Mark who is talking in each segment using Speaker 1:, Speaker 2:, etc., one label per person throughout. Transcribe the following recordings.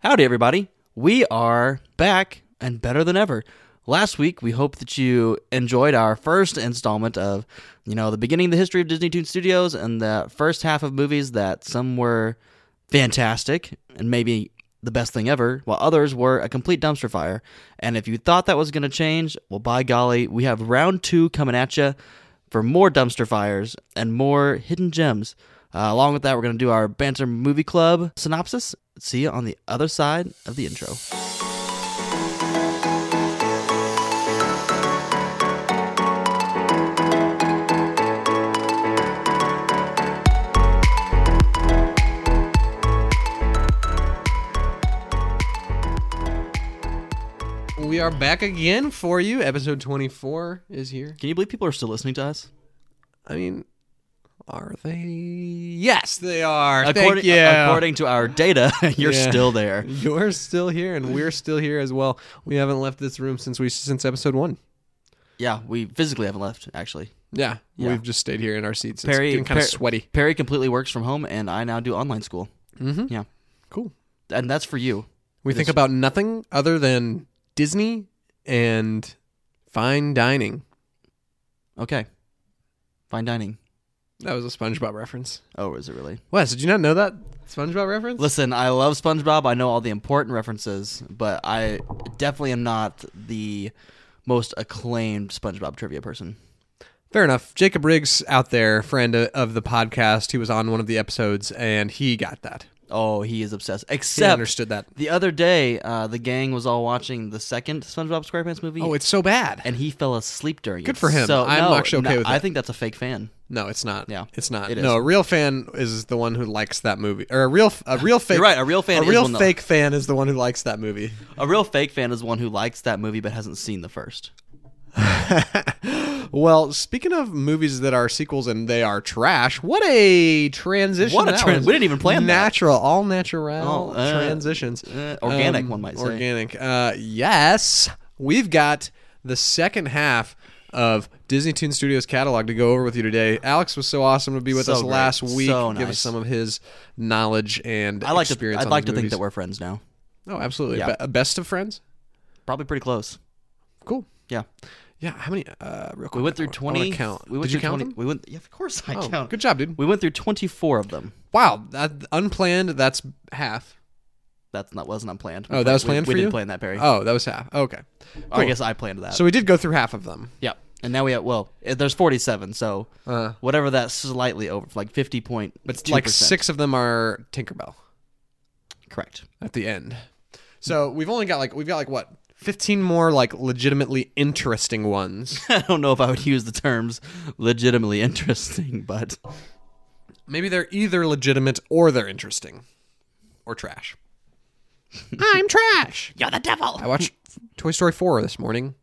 Speaker 1: Howdy, everybody. We are back and better than ever. Last week, we hope that you enjoyed our first installment of, you know, the beginning of the history of Disney Toon Studios and the first half of movies that some were fantastic and maybe the best thing ever, while others were a complete dumpster fire. And if you thought that was going to change, well, by golly, we have round two coming at you for more dumpster fires and more hidden gems. Uh, along with that, we're going to do our Banter Movie Club synopsis. See you on the other side of the intro.
Speaker 2: We are back again for you. Episode 24 is here.
Speaker 1: Can you believe people are still listening to us?
Speaker 2: I mean, are they? Yes, they are.
Speaker 1: According,
Speaker 2: Thank you.
Speaker 1: according to our data, you're
Speaker 2: Yeah.
Speaker 1: still there.
Speaker 2: You're still here, and we're still here as well. We haven't left this room since we since episode one.
Speaker 1: Yeah, we physically haven't left, actually.
Speaker 2: Yeah,
Speaker 1: Yeah.
Speaker 2: we've just stayed here in our seats. It's
Speaker 1: Perry-
Speaker 2: getting kind of
Speaker 1: Per-
Speaker 2: sweaty.
Speaker 1: Perry completely works from home, and I now do online school.
Speaker 2: Mm-hmm.
Speaker 1: Yeah.
Speaker 2: Cool.
Speaker 1: And that's for you.
Speaker 2: We think about nothing other than Disney and fine dining.
Speaker 1: Okay. Fine dining.
Speaker 2: That was a SpongeBob reference.
Speaker 1: Oh, is it really?
Speaker 2: Wes, did you not know that SpongeBob reference?
Speaker 1: Listen, I love SpongeBob. I know all the important references, but I definitely am not the most acclaimed SpongeBob trivia person.
Speaker 2: Fair enough. Jacob Riggs out there, friend o- of the podcast, he was on one of the episodes and he got that.
Speaker 1: Oh, he is obsessed.
Speaker 2: He
Speaker 1: Except
Speaker 2: understood that.
Speaker 1: the other day, uh, the gang was all watching the second SpongeBob SquarePants movie,
Speaker 2: Oh, it's so bad.
Speaker 1: and he fell asleep during it.
Speaker 2: Good for him.
Speaker 1: So,
Speaker 2: I'm
Speaker 1: no,
Speaker 2: actually okay
Speaker 1: no,
Speaker 2: with
Speaker 1: I
Speaker 2: it.
Speaker 1: think that's a fake fan.
Speaker 2: no, it's not.
Speaker 1: Yeah,
Speaker 2: it's not.
Speaker 1: it is.
Speaker 2: No, a real fan is the one who likes that movie, or a real f- a real fake.
Speaker 1: You're right. A real fan.
Speaker 2: A
Speaker 1: is
Speaker 2: real
Speaker 1: one that-
Speaker 2: fake fan is the one who likes that movie.
Speaker 1: a real fake fan is one who likes that movie but hasn't seen the first.
Speaker 2: well, speaking of movies that are sequels and they are trash, what a transition!
Speaker 1: What a
Speaker 2: that
Speaker 1: tran-
Speaker 2: was.
Speaker 1: we didn't even plan that.
Speaker 2: natural, all natural
Speaker 1: Oh, uh,
Speaker 2: transitions. Um,
Speaker 1: uh, organic, one might say.
Speaker 2: Organic. Uh, yes, we've got the second half of Disney Toon Studios catalog to go over with you today. Alex was so awesome to be with
Speaker 1: So
Speaker 2: us
Speaker 1: great.
Speaker 2: last week.
Speaker 1: So
Speaker 2: Give
Speaker 1: nice.
Speaker 2: us some of his knowledge and
Speaker 1: I like to.
Speaker 2: experience.
Speaker 1: I'd
Speaker 2: on
Speaker 1: like to
Speaker 2: these
Speaker 1: think that
Speaker 2: movies.
Speaker 1: we're friends now.
Speaker 2: Oh, absolutely.
Speaker 1: Yeah.
Speaker 2: Be- best of friends.
Speaker 1: Probably pretty close.
Speaker 2: Cool.
Speaker 1: Yeah,
Speaker 2: Yeah. How many? Uh, real quick.
Speaker 1: we went through
Speaker 2: I wanna
Speaker 1: twenty.
Speaker 2: count.
Speaker 1: We went
Speaker 2: Did you
Speaker 1: through
Speaker 2: count
Speaker 1: 20
Speaker 2: them?
Speaker 1: We went. Yeah, of course I
Speaker 2: Oh,
Speaker 1: count.
Speaker 2: good job, dude.
Speaker 1: We went through twenty-four of them.
Speaker 2: Wow, that unplanned. That's half.
Speaker 1: That's not wasn't unplanned.
Speaker 2: Oh, that was
Speaker 1: We-
Speaker 2: planned
Speaker 1: we,
Speaker 2: for
Speaker 1: didn't
Speaker 2: you?
Speaker 1: plan that, Perry.
Speaker 2: Oh, that was half. Okay,
Speaker 1: Or I
Speaker 2: cool.
Speaker 1: guess I planned that.
Speaker 2: so we did go through half of them.
Speaker 1: Yeah, and now we have well, eh, there's 47, so
Speaker 2: Uh,
Speaker 1: whatever that slightly over, like 50 point,
Speaker 2: but like six of them are Tinkerbell
Speaker 1: correct.
Speaker 2: at the end. So we've only got like we've got like what fifteen more like legitimately interesting ones.
Speaker 1: I don't know if I would use the terms legitimately interesting, but
Speaker 2: Maybe they're either legitimate or they're interesting, or trash. I'm trash.
Speaker 1: you're the devil.
Speaker 2: I watched Toy Story four this morning.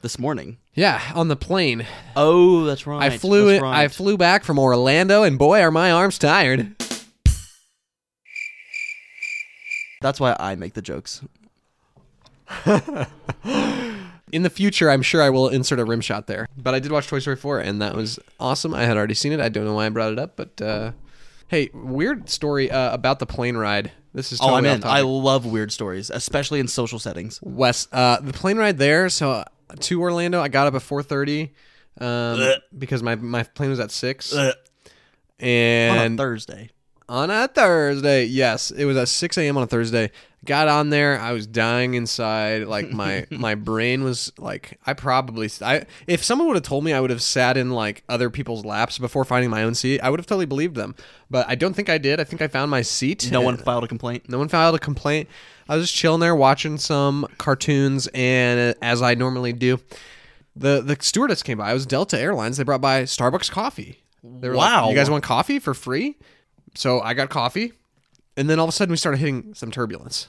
Speaker 1: This morning.
Speaker 2: Yeah, on the plane.
Speaker 1: Oh, that's right.
Speaker 2: I flew
Speaker 1: that's
Speaker 2: it. I
Speaker 1: right.
Speaker 2: flew back from Orlando, and boy, are my arms tired.
Speaker 1: that's why I make the jokes.
Speaker 2: In the future, I'm sure I will insert a rim shot there. But I did watch Toy Story 4, and that was awesome. I had already seen it. I don't know why I brought it up, but uh, hey, weird story uh, about the plane ride. This is
Speaker 1: Oh,
Speaker 2: totally
Speaker 1: I'm in.
Speaker 2: off
Speaker 1: I
Speaker 2: topic.
Speaker 1: love weird stories, especially in social settings.
Speaker 2: Wes, uh, the plane ride there. So uh, to Orlando, I got up at 4:30 um, because my my plane was at six,
Speaker 1: Ugh. on a
Speaker 2: and
Speaker 1: Thursday.
Speaker 2: on a Thursday. Yes, it was at 6 a.m. on a Thursday. Got on there. I was dying inside. Like my my brain was like I probably I if someone would have told me I would have sat in like other people's laps before finding my own seat, I would have totally believed them. But I don't think I did. I think I found my seat.
Speaker 1: No one filed a complaint.
Speaker 2: No one filed a complaint. I was just chilling there watching some cartoons, and uh, as I normally do, the the stewardess came by. It was Delta Airlines. They brought by Starbucks coffee. They were like,
Speaker 1: Wow.
Speaker 2: you guys want coffee for free? So I got coffee, and then all of a sudden we started hitting some turbulence,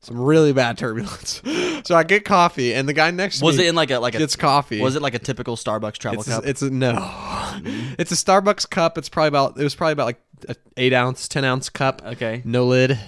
Speaker 2: some really bad turbulence. so I get coffee, and the guy next to
Speaker 1: Was
Speaker 2: me
Speaker 1: it in like a like a
Speaker 2: gets coffee.
Speaker 1: was it like a typical Starbucks travel
Speaker 2: It's,
Speaker 1: cup? Mm-hmm.
Speaker 2: it's a no. It's a Starbucks cup. It's probably about. It was probably about like a eight ounce, ten ounce cup.
Speaker 1: Okay.
Speaker 2: No lid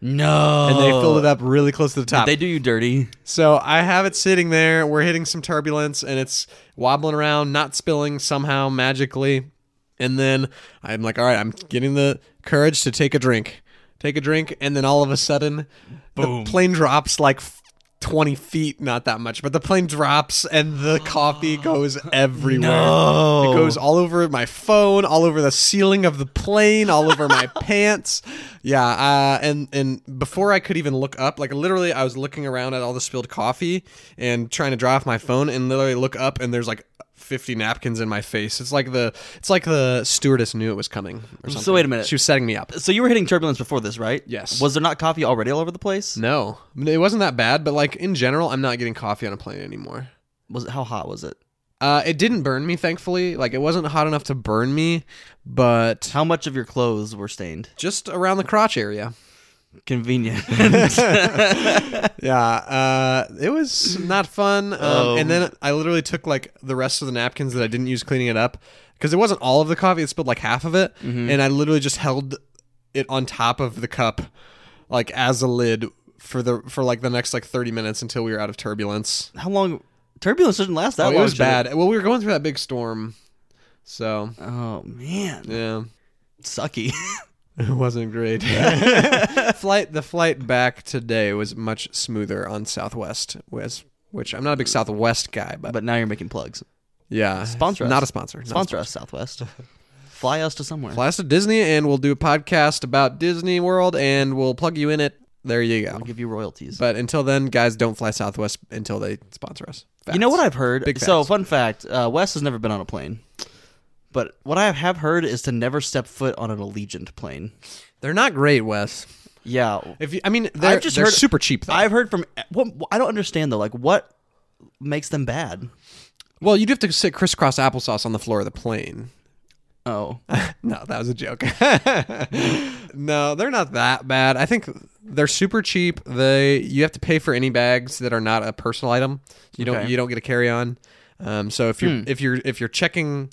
Speaker 1: No.
Speaker 2: and they filled it up really close to the top.
Speaker 1: Oh. They do you dirty.
Speaker 2: so I have it sitting there. We're hitting some turbulence, and it's wobbling around, not spilling somehow magically. And then I'm like, all right, I'm getting the courage to take a drink, take a drink, and then all of a sudden,
Speaker 1: Boom.
Speaker 2: The plane drops like f- 20 feet, not that much, but the plane drops and the coffee goes everywhere.
Speaker 1: No.
Speaker 2: It goes all over my phone, all over the ceiling of the plane, all over my pants. Yeah, uh, and and before I could even look up, like literally, I was looking around at all the spilled coffee and trying to dry off my phone, and literally look up, and there's like 50 napkins in my face. It's like the it's like the stewardess knew it was coming. Or something.
Speaker 1: wait a minute.
Speaker 2: she was setting me up.
Speaker 1: So you were hitting turbulence before this, right?
Speaker 2: Yes.
Speaker 1: Was there not coffee already all over the place?
Speaker 2: No, I mean, it wasn't that bad, but like in general, I'm not getting coffee on a plane anymore.
Speaker 1: Was it, how hot was it?
Speaker 2: Uh, it didn't burn me, thankfully. Like it wasn't hot enough to burn me, but
Speaker 1: How much of your clothes were stained?
Speaker 2: just around the crotch area.
Speaker 1: Convenient.
Speaker 2: Yeah, uh, it was not fun. Um,
Speaker 1: Oh.
Speaker 2: And then I literally took like the rest of the napkins that I didn't use cleaning it up because it wasn't all of the coffee; it spilled like half of it,
Speaker 1: Mm-hmm.
Speaker 2: and I literally just held it on top of the cup, like as a lid for the for like the next like thirty minutes until we were out of turbulence.
Speaker 1: how long? Turbulence doesn't last that
Speaker 2: Oh,
Speaker 1: long.
Speaker 2: it was
Speaker 1: should
Speaker 2: bad. Well, we were going through that big storm, so
Speaker 1: Oh man,
Speaker 2: yeah,
Speaker 1: sucky.
Speaker 2: it wasn't great. flight the flight back today was much smoother on Southwest, was which I'm not
Speaker 1: Mm.
Speaker 2: a big Southwest guy, but.
Speaker 1: but now you're making plugs.
Speaker 2: Yeah.
Speaker 1: Sponsor us.
Speaker 2: Not a sponsor. Not a
Speaker 1: Sponsor us, Southwest. Fly us to somewhere.
Speaker 2: Fly us to Disney and we'll do a podcast about Disney World and we'll plug you in it. There you go.
Speaker 1: I'll give you royalties.
Speaker 2: But until then, guys, don't fly Southwest until they sponsor us.
Speaker 1: You know what I've heard?
Speaker 2: Big
Speaker 1: so,
Speaker 2: facts.
Speaker 1: fun fact uh, Wes has never been on a plane. But what I have heard is to never step foot on an Allegiant plane.
Speaker 2: They're not great, Wes.
Speaker 1: Yeah.
Speaker 2: If you, I mean, they're,
Speaker 1: I've just
Speaker 2: they're
Speaker 1: heard-
Speaker 2: super cheap. Though.
Speaker 1: I've heard from. What, I don't understand, though. Like, what makes them bad?
Speaker 2: well, you'd have to sit crisscross applesauce on the floor of the plane.
Speaker 1: Oh.
Speaker 2: no, that was a joke. no, they're not that bad. I think they're super cheap. They you have to pay for any bags that are not a personal item. You don't
Speaker 1: Okay.
Speaker 2: you don't get a carry on. Um, so if you're if you're if you're checking,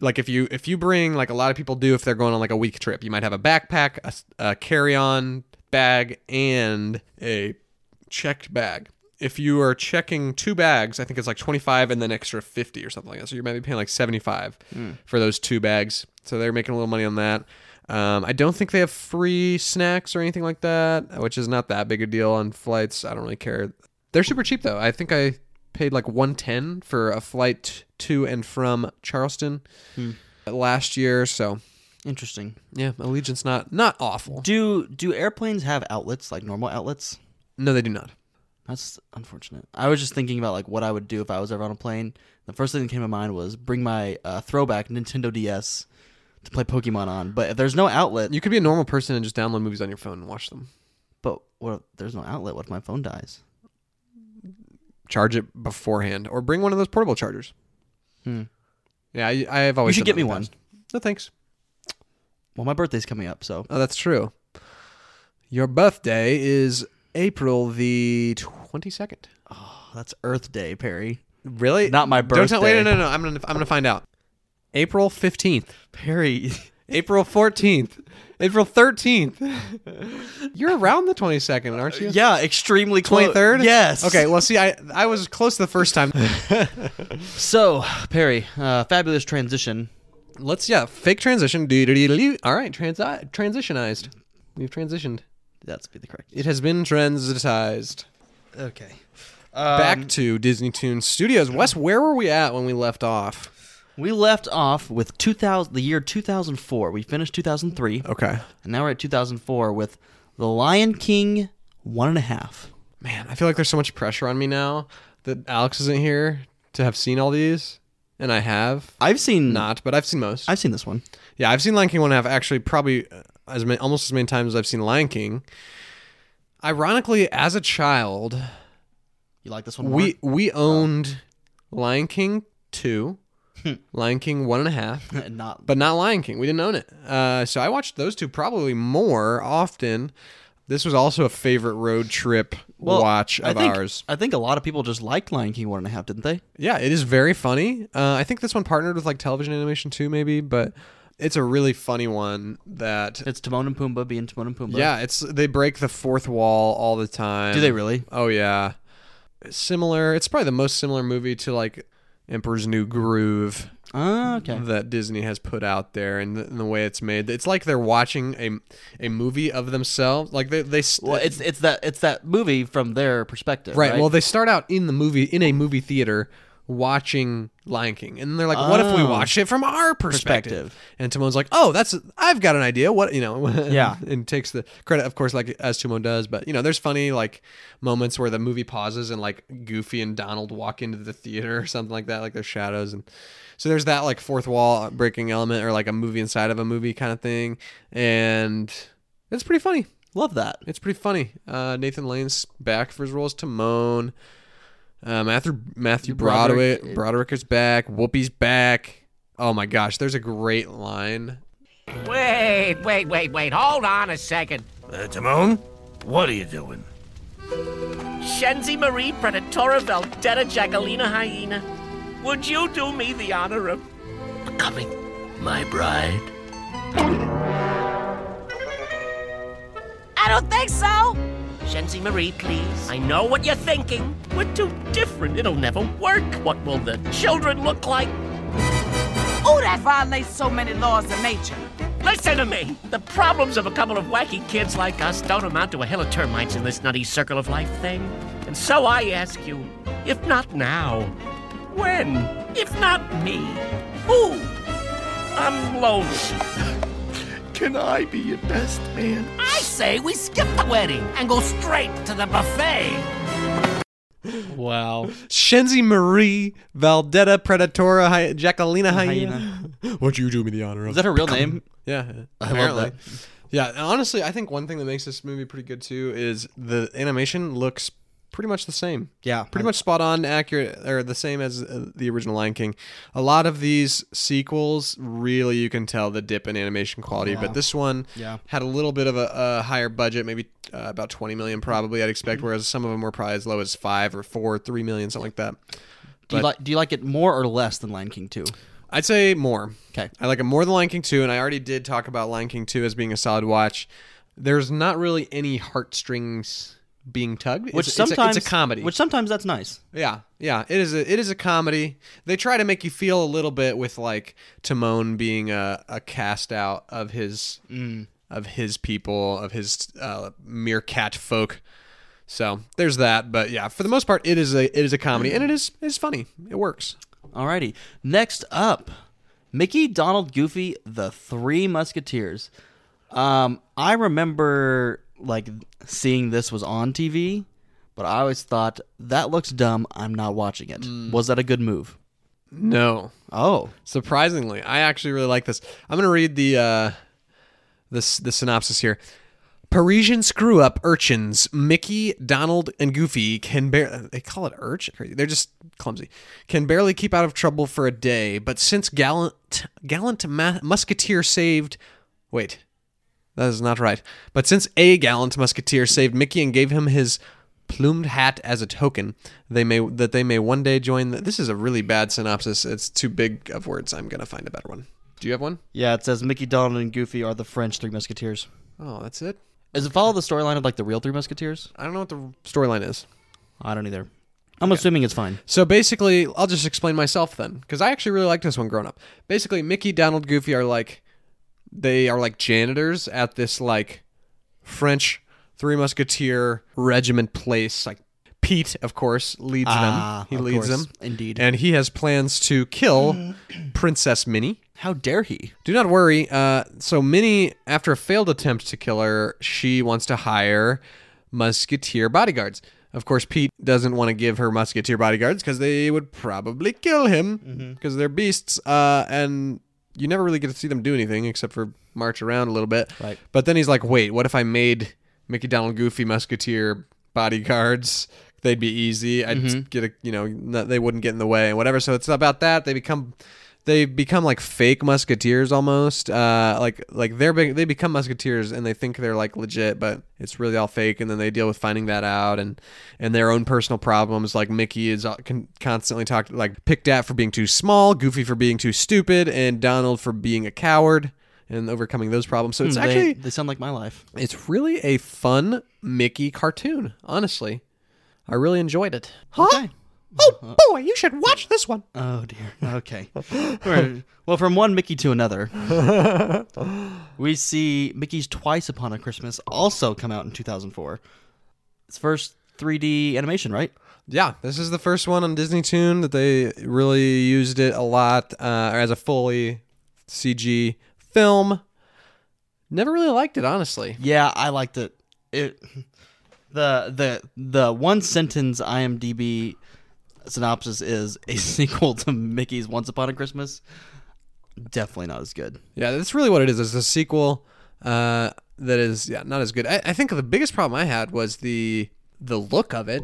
Speaker 2: like if you if you bring like a lot of people do if they're going on like a week trip, you might have a backpack, a, s- a carry on bag, and a checked bag. If you are checking two bags, I think it's like 25 and then extra 50 or something like that. So you might be paying like 75 for those two bags. So they're making a little money on that. Um, I don't think they have free snacks or anything like that, which is not that big a deal on flights. I don't really care. They're super cheap though. I think I paid like 110 for a flight to and from Charleston last year. So
Speaker 1: Interesting.
Speaker 2: yeah, Allegiant's not not awful.
Speaker 1: Do do airplanes have outlets like normal outlets?
Speaker 2: No, they do not.
Speaker 1: That's unfortunate. I was just thinking about like what I would do if I was ever on a plane. The first thing that came to mind was bring my uh, throwback Nintendo DS to play Pokemon on. But if there's no outlet,
Speaker 2: You could be a normal person and just download movies on your phone and watch them.
Speaker 1: but what if there's no outlet? What if my phone dies?
Speaker 2: charge it beforehand or bring one of those portable chargers.
Speaker 1: Hmm.
Speaker 2: Yeah, I, I have always.
Speaker 1: You should
Speaker 2: done
Speaker 1: get
Speaker 2: that
Speaker 1: me
Speaker 2: in the past. No thanks.
Speaker 1: Well, my birthday's coming up, so
Speaker 2: Oh, that's true. Your birthday is April the twenty second.
Speaker 1: oh, that's Earth Day, Perry.
Speaker 2: Really?
Speaker 1: Not my
Speaker 2: Don't tell, wait,
Speaker 1: birthday.
Speaker 2: no, no, no. I'm gonna, I'm gonna find out. April fifteenth.
Speaker 1: Perry,
Speaker 2: April fourteenth. April thirteenth. You're around the twenty second, aren't you?
Speaker 1: yeah, extremely close.
Speaker 2: Twenty third.
Speaker 1: Yes.
Speaker 2: Okay. Well, see, I I was close the first time.
Speaker 1: So Perry, uh, fabulous transition.
Speaker 2: Let's yeah, fake transition. Doo-doo-doo-doo. All right, transi- transitionized. We've transitioned.
Speaker 1: That's be the correct.
Speaker 2: It has been transitized.
Speaker 1: Okay. Uh,
Speaker 2: Back to Disney Toon Studios. Wes, where were we at when we left off?
Speaker 1: We left off with 2000, the year 2004. We finished 2003.
Speaker 2: Okay.
Speaker 1: And now we're at 2004 with The Lion King one and a half.
Speaker 2: Man, I feel like there's so much pressure on me now that Alex isn't here to have seen all these, and I have
Speaker 1: I've seen
Speaker 2: not, but I've seen most.
Speaker 1: I've seen this one.
Speaker 2: yeah, I've seen Lion King one and a half actually probably uh, as many, almost as many times as I've seen Lion King. Ironically, as a child,
Speaker 1: You like this one? more?
Speaker 2: we we owned Lion King two,
Speaker 1: Hmm.
Speaker 2: Lion King one and a half,
Speaker 1: not.
Speaker 2: but not Lion King. We didn't own it. Uh, so I watched those two probably more often. This was also a favorite road trip
Speaker 1: Well,
Speaker 2: watch
Speaker 1: I
Speaker 2: of
Speaker 1: think,
Speaker 2: ours.
Speaker 1: I think a lot of people just liked Lion King one and a half, didn't they?
Speaker 2: Yeah, it is very funny. Uh, I think this one partnered with like television animation too, maybe, but it's a really funny one that.
Speaker 1: It's Timon and Pumbaa being Timon and Pumbaa.
Speaker 2: Yeah, it's they break the fourth wall all the time.
Speaker 1: Do they really?
Speaker 2: Oh yeah. Similar. It's probably the most similar movie to like Emperor's New Groove
Speaker 1: Oh, okay.
Speaker 2: that Disney has put out there and the, and the way it's made. It's like they're watching a a movie of themselves. Like they they st-
Speaker 1: Well, it's it's that it's that movie from their perspective,
Speaker 2: right,
Speaker 1: right?
Speaker 2: Well, they start out in the movie in a movie theater watching Lion King, and they're like, "What if we
Speaker 1: Oh.
Speaker 2: watch it from our perspective?"
Speaker 1: Perspective.
Speaker 2: And Timon's like, "Oh, that's I've got an idea." What you know?
Speaker 1: Yeah.
Speaker 2: and takes the credit, of course, like as Timon does. But you know, there's funny like moments where the movie pauses and like Goofy and Donald walk into the theater or something like that, like their shadows, and so there's that like fourth wall breaking element or like a movie inside of a movie kind of thing, and it's pretty funny.
Speaker 1: love that.
Speaker 2: It's pretty funny. Uh, Nathan Lane's back for his role as Timon. Uh, Matthew Matthew Broderick,
Speaker 1: Broderick.
Speaker 2: Broderick is back. Whoopi's back. Oh my gosh, there's a great line.
Speaker 3: Wait, wait, wait, wait. Hold on a second.
Speaker 4: Uh, Timon, what are you doing?
Speaker 3: Shenzi Marie Predatora Velteta Jackalina Hyena, would you do me the honor of
Speaker 4: Becoming my bride?
Speaker 3: I don't think so. Shenzi Marie, please. I know what you're thinking. We're too different. It'll never work. What will the children look like?
Speaker 5: Who that violates so many laws of nature?
Speaker 3: Listen to me. The problems of a couple of wacky kids like us don't amount to a hill of termites in this nutty circle of life thing. And so I ask you, if not now, when? If not me, who? I'm lonely.
Speaker 4: Can I be your best man?
Speaker 3: I say we skip the wedding and go straight to the buffet.
Speaker 1: Wow.
Speaker 2: Shenzi Marie Valdetta Predatora Hy- Jacqueline Hyena.
Speaker 1: Hyena.
Speaker 2: Would you do me the honor of?
Speaker 1: Is that her real name?
Speaker 2: Yeah,
Speaker 1: I love
Speaker 2: apparently.
Speaker 1: that.
Speaker 2: Yeah, and honestly, I think one thing that makes this movie pretty good too is the animation looks pretty much the same.
Speaker 1: Yeah.
Speaker 2: pretty much spot on, accurate, or the same as uh, the original Lion King. A lot of these sequels, really, you can tell the dip in animation quality, but this one
Speaker 1: Yeah.
Speaker 2: had a little bit of a, a higher budget, maybe uh, about twenty million, probably I'd expect.
Speaker 1: Mm-hmm.
Speaker 2: Whereas some of them were probably as low as five or four, three million, something like that.
Speaker 1: Do you
Speaker 2: But-
Speaker 1: like Do you like it more or less than Lion King Two?
Speaker 2: I'd say more.
Speaker 1: 'Kay.
Speaker 2: I like it more than Lion King 2, and I already did talk about Lion King 2 as being a solid watch. There's not really any heartstrings being tugged.
Speaker 1: Which
Speaker 2: it's, it's a-
Speaker 1: sometimes
Speaker 2: it's a comedy.
Speaker 1: Which sometimes that's nice.
Speaker 2: yeah, yeah, it is. A, it is a comedy. They try to make you feel a little bit with like Timon being a, a cast out of his
Speaker 1: Mm.
Speaker 2: of his people of his uh, meerkat folk. So there's that, but yeah, for the most part, it is a it is a comedy,
Speaker 1: Mm.
Speaker 2: and it is it's funny. It works.
Speaker 1: Alrighty. Next up, Mickey, Donald, Goofy, the Three Musketeers. Um, I remember like seeing this was on TV, but I always thought that looks dumb. I'm not watching it. Was that a good move?
Speaker 2: No,
Speaker 1: Oh,
Speaker 2: Surprisingly, I actually really like this. I'm going to read the uh, the s- the synopsis here. Parisian screw up urchins Mickey, Donald, and Goofy can barely they call it urchin. Crazy. They're just clumsy. Can barely keep out of trouble for a day, but since gallant gallant ma- musketeer saved wait. That is not right. But since a gallant musketeer saved Mickey and gave him his plumed hat as a token, they may that they may one day join. The, this is a really bad synopsis. It's too big of words. I'm gonna find a better one. Do you have one?
Speaker 1: yeah. It says Mickey, Donald, and Goofy are the French Three Musketeers.
Speaker 2: Oh, that's it.
Speaker 1: Does it follow the storyline of like the real Three Musketeers?
Speaker 2: I don't know what the storyline is.
Speaker 1: I don't either. I'm assuming it's fine.
Speaker 2: So basically, I'll just explain myself then, because I actually really liked this one growing up. Basically, Mickey, Donald, Goofy are like, they are like janitors at this like French Three Musketeer regiment place. Like Pete, of course, leads
Speaker 1: Ah,
Speaker 2: them. He
Speaker 1: of
Speaker 2: leads
Speaker 1: course.
Speaker 2: them
Speaker 1: Indeed.
Speaker 2: and he has plans to kill Princess Minnie.
Speaker 1: How dare he?
Speaker 2: Do not worry. Uh, so Minnie, after a failed attempt to kill her, she wants to hire musketeer bodyguards. Of course, Pete doesn't want to give her musketeer bodyguards because they would probably kill him
Speaker 1: Mm-hmm.
Speaker 2: because they're beasts. Uh, and you never really get to see them do anything except for march around a little bit.
Speaker 1: Right.
Speaker 2: But then he's like, "Wait, what if I made Mickey Donald Goofy musketeer bodyguards?" They'd be easy. I'd get a, you know, no- they wouldn't get in the way and whatever. So it's about that. They become they become like fake musketeers almost uh, like like they're big, they become musketeers and they think they're like legit but it's really all fake and then they deal with finding that out and and their own personal problems like mickey is uh, con- constantly talked like picked at for being too small goofy for being too stupid and donald for being a coward and overcoming those problems so it's
Speaker 1: Hmm, They-
Speaker 2: actually
Speaker 1: they sound like my life.
Speaker 2: it's really a fun mickey cartoon honestly i really enjoyed it
Speaker 1: Okay.
Speaker 2: Oh boy, you should watch this one.
Speaker 1: Oh dear. Okay. We're- well, from one Mickey to another, we see Mickey's Twice Upon a Christmas also come out in 2004. It's first 3D animation, right?
Speaker 2: Yeah, this is the first one on Disney Toon that they really used it a lot uh, as a fully CG film. Never really liked it, honestly.
Speaker 1: Yeah, I liked it. It the the the one sentence IMDb synopsis is a sequel to Mickey's Once Upon a Christmas. Definitely not as good.
Speaker 2: Yeah, that's really what it is. It's a sequel uh, that is yeah not as good. I, I think the biggest problem I had was the the look of it.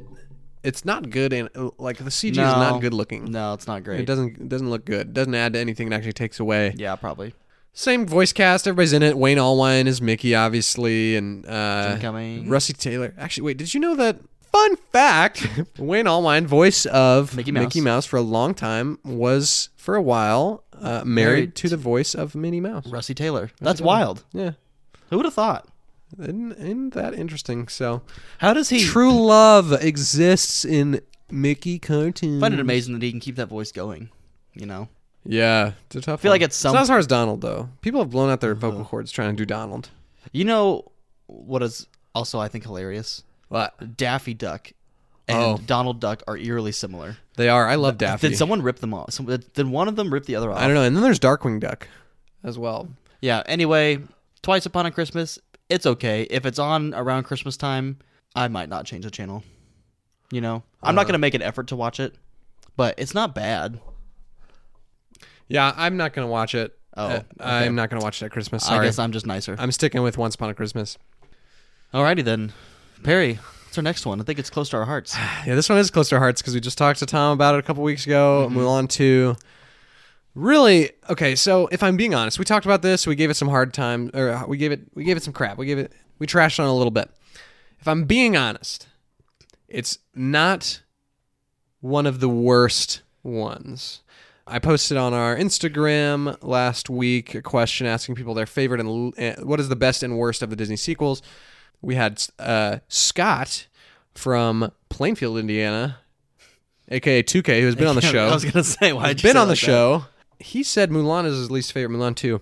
Speaker 2: It's not good and like the CG is not good looking.
Speaker 1: No, it's not great.
Speaker 2: It doesn't it doesn't look good. It doesn't add to anything. It actually takes away.
Speaker 1: yeah, probably.
Speaker 2: Same voice cast. Everybody's in it. Wayne Allwine is Mickey, obviously, and uh,
Speaker 1: Jim Cummings.
Speaker 2: Rusty Taylor. Actually, wait, did you know that? Fun fact: Wayne Allwine, voice of
Speaker 1: Mickey Mouse.
Speaker 2: for a long time, was for a while uh, married,
Speaker 1: Married
Speaker 2: to the voice of Minnie Mouse.
Speaker 1: Rusty Taylor. That's wild.
Speaker 2: Yeah,
Speaker 1: Who would have thought?
Speaker 2: isn't, isn't that interesting? So,
Speaker 1: How does he
Speaker 2: true love exists in Mickey cartoons.
Speaker 1: I find it amazing that he can keep that voice going? You know,
Speaker 2: Yeah, it's a tough. I
Speaker 1: feel like at some- Uh-huh.
Speaker 2: it's not as hard as Donald though. People have blown out their vocal cords trying to do Donald.
Speaker 1: you know what is also I think hilarious.
Speaker 2: What?
Speaker 1: Daffy Duck and
Speaker 2: Oh.
Speaker 1: Donald Duck are eerily similar.
Speaker 2: They are. I love Daffy.
Speaker 1: Did someone rip them off? Some, did one of them rip the other off?
Speaker 2: I don't know. And then there's Darkwing Duck as well.
Speaker 1: Yeah. Anyway, Twice Upon a Christmas, it's okay. If it's on around Christmas time, I might not change the channel. You know, I'm
Speaker 2: Uh.
Speaker 1: not gonna make an effort to watch it, but it's not bad.
Speaker 2: Yeah, I'm not going to watch it.
Speaker 1: Oh,
Speaker 2: Uh, I'm not going to watch it at Christmas.
Speaker 1: I
Speaker 2: Sorry.
Speaker 1: guess I'm just nicer.
Speaker 2: I'm sticking with Once Upon a Christmas.
Speaker 1: Alrighty then, Perry. What's our next one? I think it's close to our hearts.
Speaker 2: Yeah, this one is close to our hearts because we just talked to Tom about it a couple weeks ago.
Speaker 1: Mm-hmm.
Speaker 2: Mulan 2. Really, okay, so if I'm being honest, we talked about this, we gave it some hard time or uh, we gave it we gave it some crap. We gave it we trashed on it a little bit. If I'm being honest, it's not one of the worst ones. I posted on our Instagram last week a question asking people their favorite and l- eh, what is the best and worst of the Disney sequels. We had uh, Scott from Plainfield, Indiana, aka 2K, who's been on the show
Speaker 1: I was gonna say why.
Speaker 2: been on the show. He said Mulan is his least favorite. Mulan too.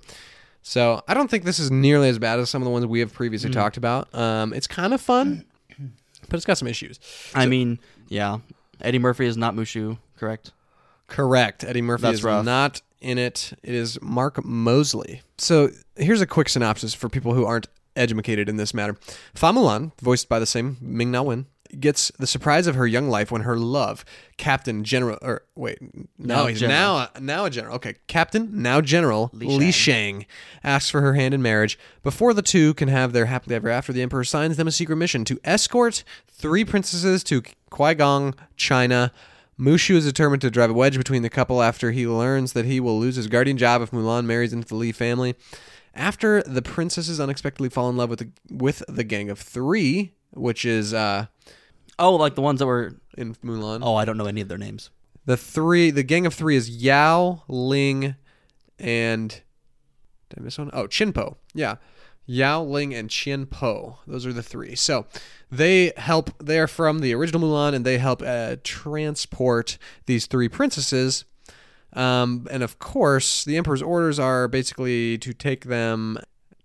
Speaker 2: So I don't think this is nearly as bad as some of the ones we have previously talked about. Um, it's kind of fun, but it's got some issues.
Speaker 1: I mean, yeah. Eddie Murphy is not Mushu, correct?
Speaker 2: Correct. Eddie Murphy
Speaker 1: That's
Speaker 2: is
Speaker 1: rough.
Speaker 2: not in it. It is Mark Mosley. So here's a quick synopsis for people who aren't educated in this matter. Fa Mulan, voiced by the same Ming Na Wen, gets the surprise of her young life when her love, Captain General, or wait, no,
Speaker 1: Now
Speaker 2: he's
Speaker 1: General.
Speaker 2: now now a general. Okay, Captain, now General Li Shang. asks for her hand in marriage. Before the two can have their happily ever after, the Emperor signs them a secret mission to escort three princesses to Qui Gong, China. Mushu is determined to drive a wedge between the couple after he learns that he will lose his guardian job if Mulan marries into the Li family. After the princesses unexpectedly fall in love with the, with the gang of three, which is uh,
Speaker 1: Oh, like the ones that were.
Speaker 2: in Mulan.
Speaker 1: Oh, I don't know any of their names.
Speaker 2: The three, the gang of three is Yao, Ling, and did I miss one? Oh, Chin Po. Yeah, Yao, Ling, and Chin Po. Those are the three. So they help. They are from the original Mulan, and they help uh, transport these three princesses. Um, and of course, the emperor's orders are basically to take them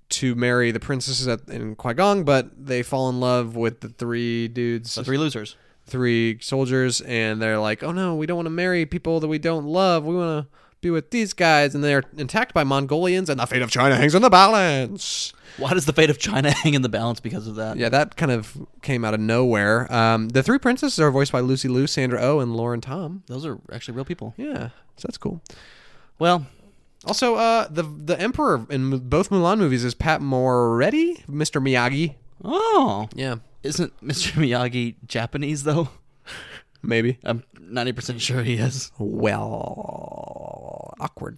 Speaker 2: to marry the princesses at, in Qui Gong, but they fall in love with the three dudes
Speaker 1: The three losers.
Speaker 2: three soldiers and they're like, "Oh no, we don't want to marry people that we don't love. We want to be with these guys." And they're attacked by Mongolians and the fate of China hangs on the balance.
Speaker 1: Why does the fate of China hang in the balance because of that?
Speaker 2: Yeah, that kind of came out of nowhere. Um, the three princesses are voiced by Lucy Liu, Sandra Oh, and Lauren Tom.
Speaker 1: Those are actually real people.
Speaker 2: Yeah, so that's cool.
Speaker 1: Well,
Speaker 2: Also, uh, the the emperor in both Mulan movies is Pat Moretti, Mr. Miyagi.
Speaker 1: oh,
Speaker 2: Yeah,
Speaker 1: isn't Mr. Miyagi Japanese though?
Speaker 2: maybe.
Speaker 1: I'm 90% sure he is.
Speaker 2: well awkward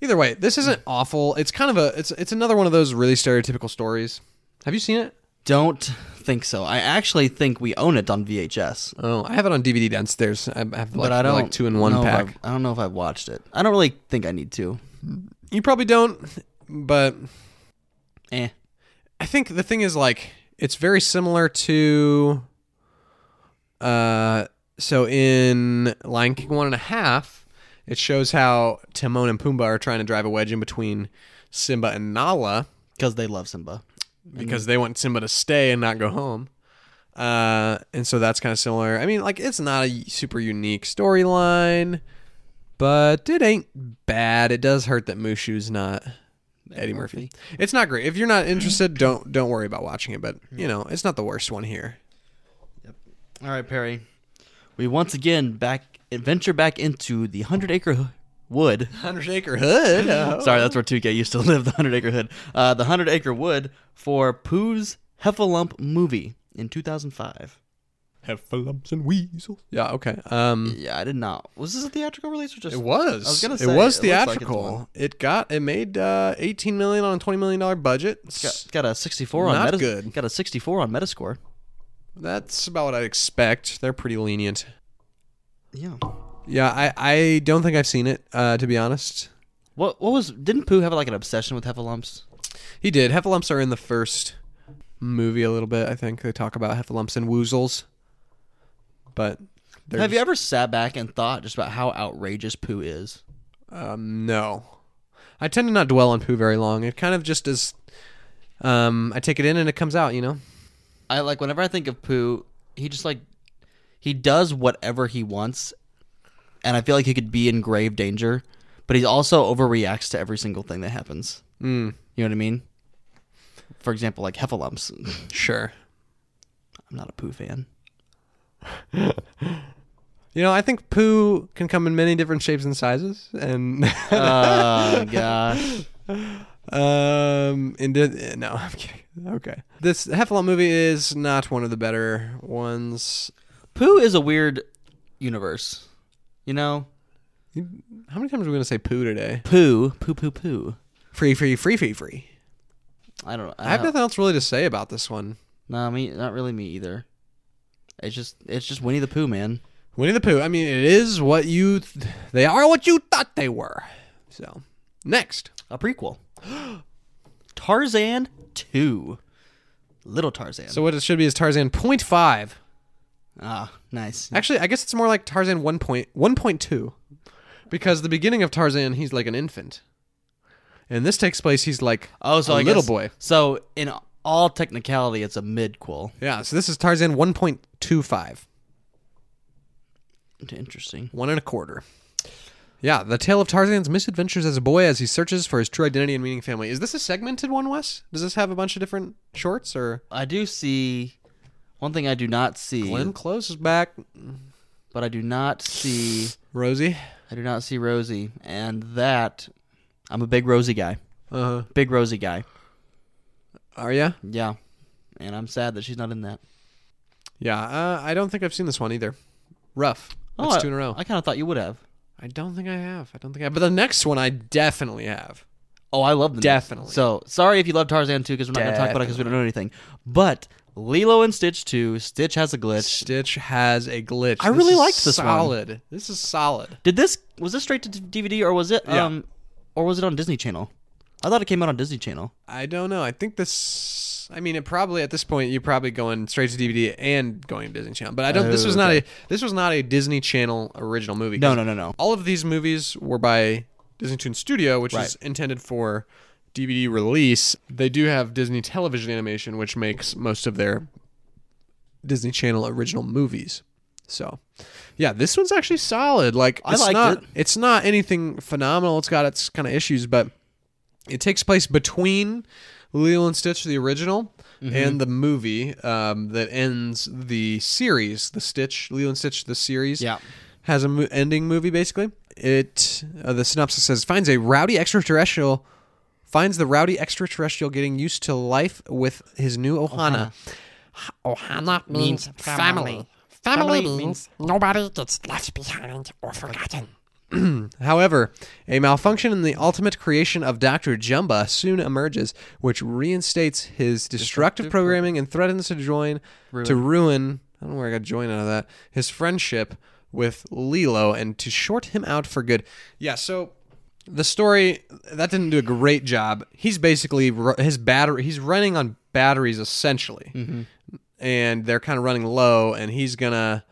Speaker 2: either way this isn't awful it's kind of a it's it's another one of those really stereotypical stories have you seen it
Speaker 1: Don't think so. I actually think we own it on VHS,
Speaker 2: oh i have it on dvd downstairs i have like,
Speaker 1: but I don't
Speaker 2: like two in one
Speaker 1: know if
Speaker 2: pack
Speaker 1: I've- I don't know if I've watched it. I don't really think I need to.
Speaker 2: you probably don't but
Speaker 1: Eh.
Speaker 2: i think the thing is like it's very similar to uh So in Lion King one and a half, it shows how Timon and Pumbaa are trying to drive a wedge in between Simba and Nala
Speaker 1: because they love Simba.
Speaker 2: because they want Simba to stay and not go home. Uh, and so that's kind of similar. I mean, like it's not a super unique storyline, but it ain't bad. It does hurt that Mushu's not Eddie Murphy. It's not great. If you're not interested, don't don't worry about watching it. But you know, it's not the worst one here.
Speaker 1: All right, Perry. We once again back venture back into the Hundred Acre Wood.
Speaker 2: Hundred Acre Hood.
Speaker 1: Sorry, that's where 2K used to live, the 100 Acre Hood. Uh, the 100 Acre Wood for Pooh's Heffalump movie in 2005.
Speaker 2: Have lumps and weasels. Yeah. Okay. Um.
Speaker 1: Yeah, I did not. Was this a theatrical release or just.
Speaker 2: It was.
Speaker 1: I was gonna
Speaker 2: it
Speaker 1: say,
Speaker 2: was
Speaker 1: it looks like it's
Speaker 2: theatrical.
Speaker 1: one.
Speaker 2: it got. It made uh, 18 million on a 20 million dollar budget.
Speaker 1: Got, got a 64 on
Speaker 2: Not
Speaker 1: Metas-
Speaker 2: good.
Speaker 1: Got a 64 on Metascore.
Speaker 2: That's about what I expect. They're pretty lenient.
Speaker 1: Yeah.
Speaker 2: Yeah, I, I don't think I've seen it, uh, to be honest.
Speaker 1: What what was didn't Pooh have like an obsession with Heffalumps?
Speaker 2: He did. Heffalumps are in the first movie a little bit, I think. They talk about Heffalumps and Woozles. But they're
Speaker 1: Have you ever sat back and thought just about how outrageous Pooh is?
Speaker 2: um, no. I tend to not dwell on poo very long. It kind of just is um I take it in and it comes out, you know?
Speaker 1: I like whenever I think of Pooh, he just like he does whatever he wants, and I feel like he could be in grave danger, but he also overreacts to every single thing that happens. Mm. You know what I mean? For example, like Heffalumps.
Speaker 2: Sure.
Speaker 1: I'm not a Pooh fan.
Speaker 2: You know, I think poo can come in many different shapes and sizes and
Speaker 1: Oh gosh.
Speaker 2: Um, and did, no, I'm kidding. Okay, this Heffalump movie is not one of the better ones.
Speaker 1: Pooh is a weird universe. You know?
Speaker 2: How many times are we gonna say poo today?
Speaker 1: Pooh, poo poo poo.
Speaker 2: Free, free, free, free, free.
Speaker 1: I don't know.
Speaker 2: I have nothing else really to say about this one.
Speaker 1: No, me not really me either. It's just it's just Winnie the Pooh, man.
Speaker 2: Winnie the Pooh. I mean, it is what you. Th- they are what you thought they were. So, next,
Speaker 1: A prequel. Tarzan 2. Little Tarzan.
Speaker 2: so what it should be is Tarzan point five.
Speaker 1: ah, nice.
Speaker 2: Actually, I guess it's more like Tarzan one point one point two, because the beginning of Tarzan, he's like an infant, and this takes place. He's like
Speaker 1: Oh, so
Speaker 2: a
Speaker 1: I
Speaker 2: little
Speaker 1: guess-
Speaker 2: boy.
Speaker 1: So in all technicality, it's a midquel.
Speaker 2: Yeah, so this is Tarzan 1.25,
Speaker 1: Interesting.
Speaker 2: one and a quarter. Yeah, the tale of Tarzan's misadventures as a boy as he searches for his true identity and meaning in family. Is this a segmented one, Wes? Does this have a bunch of different shorts or
Speaker 1: I do see one thing I do not see,
Speaker 2: Glenn Close is back,
Speaker 1: but I do not see
Speaker 2: Rosie?
Speaker 1: I do not see Rosie, and that I'm a big Rosie guy.
Speaker 2: Uh,
Speaker 1: Big Rosie guy.
Speaker 2: are ya?
Speaker 1: Yeah. And I'm sad that she's not in that.
Speaker 2: Yeah, uh, I don't think I've seen this one either. Rough. That's
Speaker 1: Oh, I-
Speaker 2: two in a row.
Speaker 1: I
Speaker 2: I,
Speaker 1: kind of thought you would have.
Speaker 2: don't think I have. I don't think I have. But the next one I definitely have.
Speaker 1: Oh, I love them.
Speaker 2: Definitely.
Speaker 1: So sorry if you love Tarzan 2 because we're not going to talk about it because we don't know anything. But Lilo and Stitch 2, Stitch has a glitch.
Speaker 2: Stitch has a glitch.
Speaker 1: I really
Speaker 2: is
Speaker 1: liked this one.
Speaker 2: solid. This is solid.
Speaker 1: Did this was this straight to d- DVD or was it
Speaker 2: Yeah.
Speaker 1: um or was it on Disney Channel? I thought it came out on Disney Channel.
Speaker 2: I don't know. I think this. I mean, it probably at this point you're probably going straight to DVD and going to Disney Channel. But I don't. this was not a. This was not a Disney Channel original movie.
Speaker 1: No, no, no, no.
Speaker 2: All of these movies were by Disney Toon Studio, which is intended for DVD release. They do have Disney Television Animation, which makes most of their Disney Channel original movies. So, yeah, this one's actually solid. Like, it's
Speaker 1: liked
Speaker 2: not,
Speaker 1: it.
Speaker 2: It's not anything phenomenal. It's got its kind of issues, but it takes place between Lilo and Stitch, the original,
Speaker 1: Mm-hmm.
Speaker 2: and the movie um, that ends the series. The Stitch, Lilo and Stitch, the series,
Speaker 1: Yeah.
Speaker 2: has a mo- ending movie basically. It uh, the synopsis says finds a rowdy extraterrestrial finds the rowdy extraterrestrial getting used to life with his new Ohana.
Speaker 6: Ohana Ah, means family. Family means nobody gets left behind or forgotten.
Speaker 2: However, a malfunction in the ultimate creation of Dr. Jumba soon emerges, which reinstates his destructive programming and threatens to join to ruin I don't know where I got join out of that his friendship with Lilo and to short him out for good. Yeah, so the story that didn't do a great job. He's basically ru- his battery. He's running on Mm-hmm. batteries essentially, and they're kind of running low. And he's gonna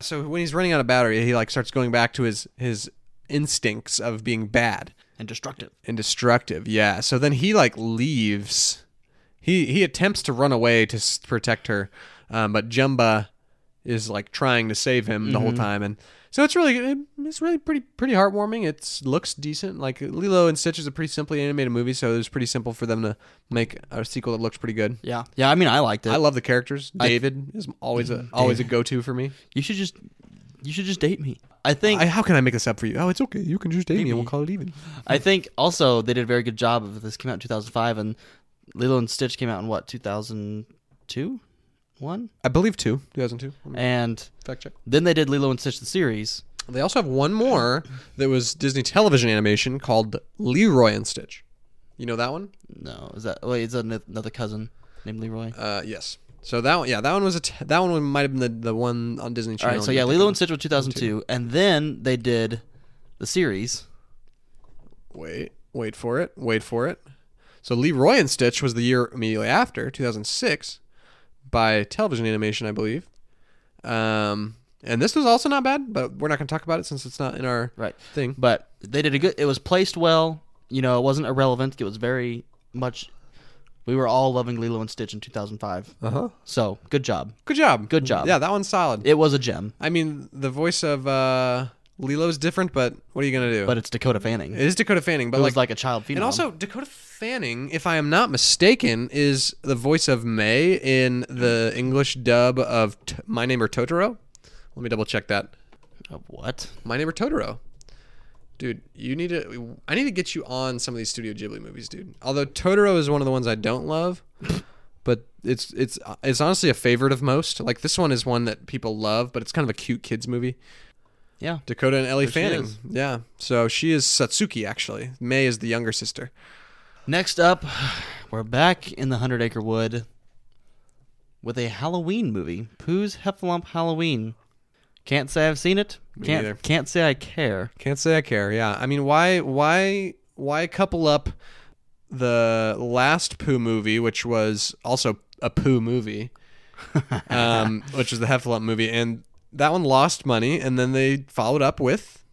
Speaker 2: So when he's running out of battery, he like starts going back to his his instincts of being bad
Speaker 1: and destructive.
Speaker 2: and destructive. Yeah. So then he like leaves. He he attempts to run away to s- protect her, um, but Jumba is like trying to save him the whole time, and so it's really it's really pretty pretty heartwarming. It looks decent. Like Lilo and Stitch is a pretty simply animated movie, so it was pretty simple for them to make a sequel that looks pretty good.
Speaker 1: Yeah, yeah. I mean, I liked it.
Speaker 2: I love the characters. David is always a always a go to for me.
Speaker 1: you should just, you should just date me. I think.
Speaker 2: I,
Speaker 1: I,
Speaker 2: how can I make this up for you? Oh, it's okay. You can just date me, and we'll call it even.
Speaker 1: think also they did a very good job of this. Came out in 2005, and Lilo and Stitch came out in what 2002, one,
Speaker 2: I believe two, two thousand two.
Speaker 1: and
Speaker 2: Fact check.
Speaker 1: then they did Lilo and Stitch the series.
Speaker 2: They also have one more that was Disney television animation called Leroy and Stitch. You know that one?
Speaker 1: No, is that wait? Is that anoth- another cousin named Leroy?
Speaker 2: Uh, yes. So that one, yeah, that one was a t- that one might have been the, the one on Disney
Speaker 1: All
Speaker 2: Channel.
Speaker 1: right, so yeah, Lilo and Stitch was 2002, and then they did the series.
Speaker 2: Wait, wait for it, wait for it. So Leroy and Stitch was the year immediately after, 2006, by television animation, I believe. Um, and this was also not bad, but we're not going to talk about it since it's not in our
Speaker 1: Right.
Speaker 2: thing.
Speaker 1: but they did a good it was placed well you know it wasn't irrelevant it was very much we were all loving lilo and stitch in 2005 uh-huh so good job
Speaker 2: good job,
Speaker 1: Good job.
Speaker 2: Yeah, that one's solid.
Speaker 1: it was a gem
Speaker 2: I mean, the voice of uh, Lilo's different, but what are you going to do?
Speaker 1: but it's dakota fanning
Speaker 2: It
Speaker 1: it
Speaker 2: is Dakota Fanning, but
Speaker 1: was like
Speaker 2: like,
Speaker 1: a child phenom.
Speaker 2: and also Dakota Fanning, if I am not mistaken, is the voice of May in the English dub of T- My Neighbor Totoro. Let me double check that.
Speaker 1: Uh, what
Speaker 2: My Neighbor Totoro. Dude, you need to. I need to get you on some of these Studio Ghibli movies, dude. Although Totoro is one of the ones I don't love, but it's it's it's honestly a favorite of most. Like this one is one that people love, but it's kind of a cute kids movie.
Speaker 1: yeah
Speaker 2: Dakota and Ellie
Speaker 1: she
Speaker 2: Fanning.
Speaker 1: is.
Speaker 2: Yeah. So she is Satsuki actually. May is the younger sister.
Speaker 1: next up we're back in the hundred acre wood with a halloween movie pooh's heffalump halloween can't say i've seen it can't
Speaker 2: neither.
Speaker 1: can't say i care
Speaker 2: Can't say I care. Yeah. I mean, why why why couple up the last Pooh movie, which was also a Pooh movie, um, which was the Heffalump movie, and that one lost money, and then they followed up with.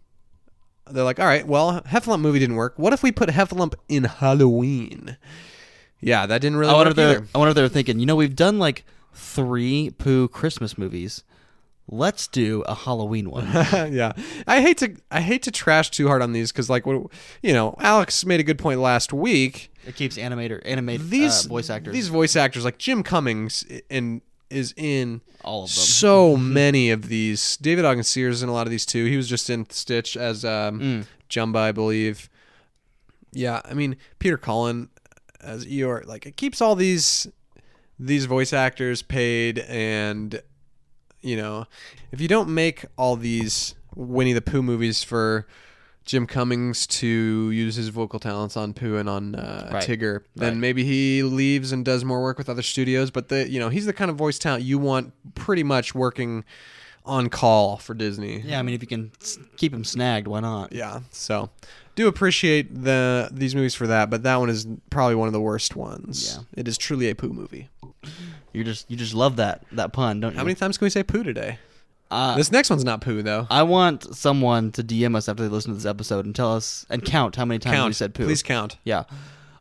Speaker 2: They're like, all right, well, Heffalump movie didn't work. What if we put Heffalump in Halloween? Yeah, that didn't really
Speaker 1: I wonder, if
Speaker 2: work either.
Speaker 1: they're, I wonder if they're thinking, you know, we've done like three Pooh Christmas movies. Let's do a Halloween one.
Speaker 2: yeah, I hate to I hate to trash too hard on these because like what you know, Alex made a good point last week.
Speaker 1: it keeps animator, animate
Speaker 2: These
Speaker 1: uh, voice actors.
Speaker 2: these voice actors like Jim Cummings i- and is in
Speaker 1: All of them.
Speaker 2: So many of these. David Ogden Sears in a lot of these too. He was just in Stitch as um,
Speaker 1: Mm.
Speaker 2: Jumba, I believe. Yeah, I mean Peter Cullen as Eeyore. Like it keeps all these these voice actors paid and you know, if you don't make all these Winnie the Pooh movies for Jim Cummings to use his vocal talents on Pooh and on uh,
Speaker 1: Right.
Speaker 2: Tigger, then maybe he leaves and does more work with other studios. But the you know he's the kind of voice talent you want pretty much working on call for Disney.
Speaker 1: yeah, I mean, if you can s- keep them snagged, why not?
Speaker 2: Yeah, so do appreciate the these movies for that, but that one is probably one of the worst ones.
Speaker 1: Yeah.
Speaker 2: It is truly a poo movie.
Speaker 1: You just you just love that that pun, don't you?
Speaker 2: How many times can we say poo today?
Speaker 1: Uh,
Speaker 2: this next one's not poo though.
Speaker 1: I want someone to DM us after they listen to this episode and tell us and count how many times we
Speaker 2: count.
Speaker 1: said Pooh.
Speaker 2: Please count.
Speaker 1: Yeah.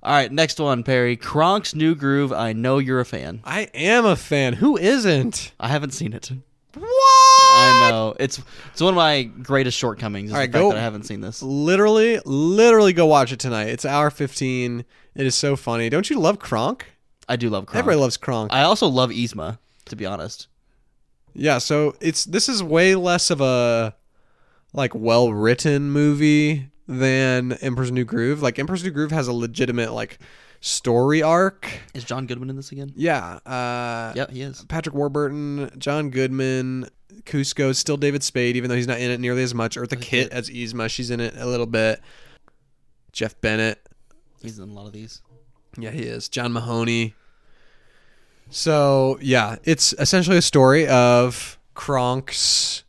Speaker 1: All right, next one, Perry. Kronk's New Groove. I know you're a fan.
Speaker 2: I am a fan. Who isn't?
Speaker 1: I haven't seen it.
Speaker 2: What?
Speaker 1: I know it's it's one of my greatest shortcomings. Is
Speaker 2: All right,
Speaker 1: the fact
Speaker 2: go-
Speaker 1: that I haven't seen this.
Speaker 2: Literally, literally go watch it tonight. It's hour 15. It is so funny. Don't you love Kronk?
Speaker 1: I do love Kronk.
Speaker 2: Everybody loves Kronk.
Speaker 1: Uh, I also love Yzma, to be honest.
Speaker 2: yeah, so it's this is way less of a like well-written movie than Emperor's New Groove. Like Emperor's New Groove has a legitimate like story arc.
Speaker 1: Is John Goodman in this again?
Speaker 2: Yeah. Uh
Speaker 1: Yeah, he is.
Speaker 2: Patrick Warburton, John Goodman, Cusco, is still David Spade, even though he's not in it nearly as much. Eartha Kitt as Yzma, she's in it a little bit. Jeff Bennett,
Speaker 1: He's in a lot of these.
Speaker 2: yeah, he is. John Mahoney. So yeah, it's essentially a story of Kronk's.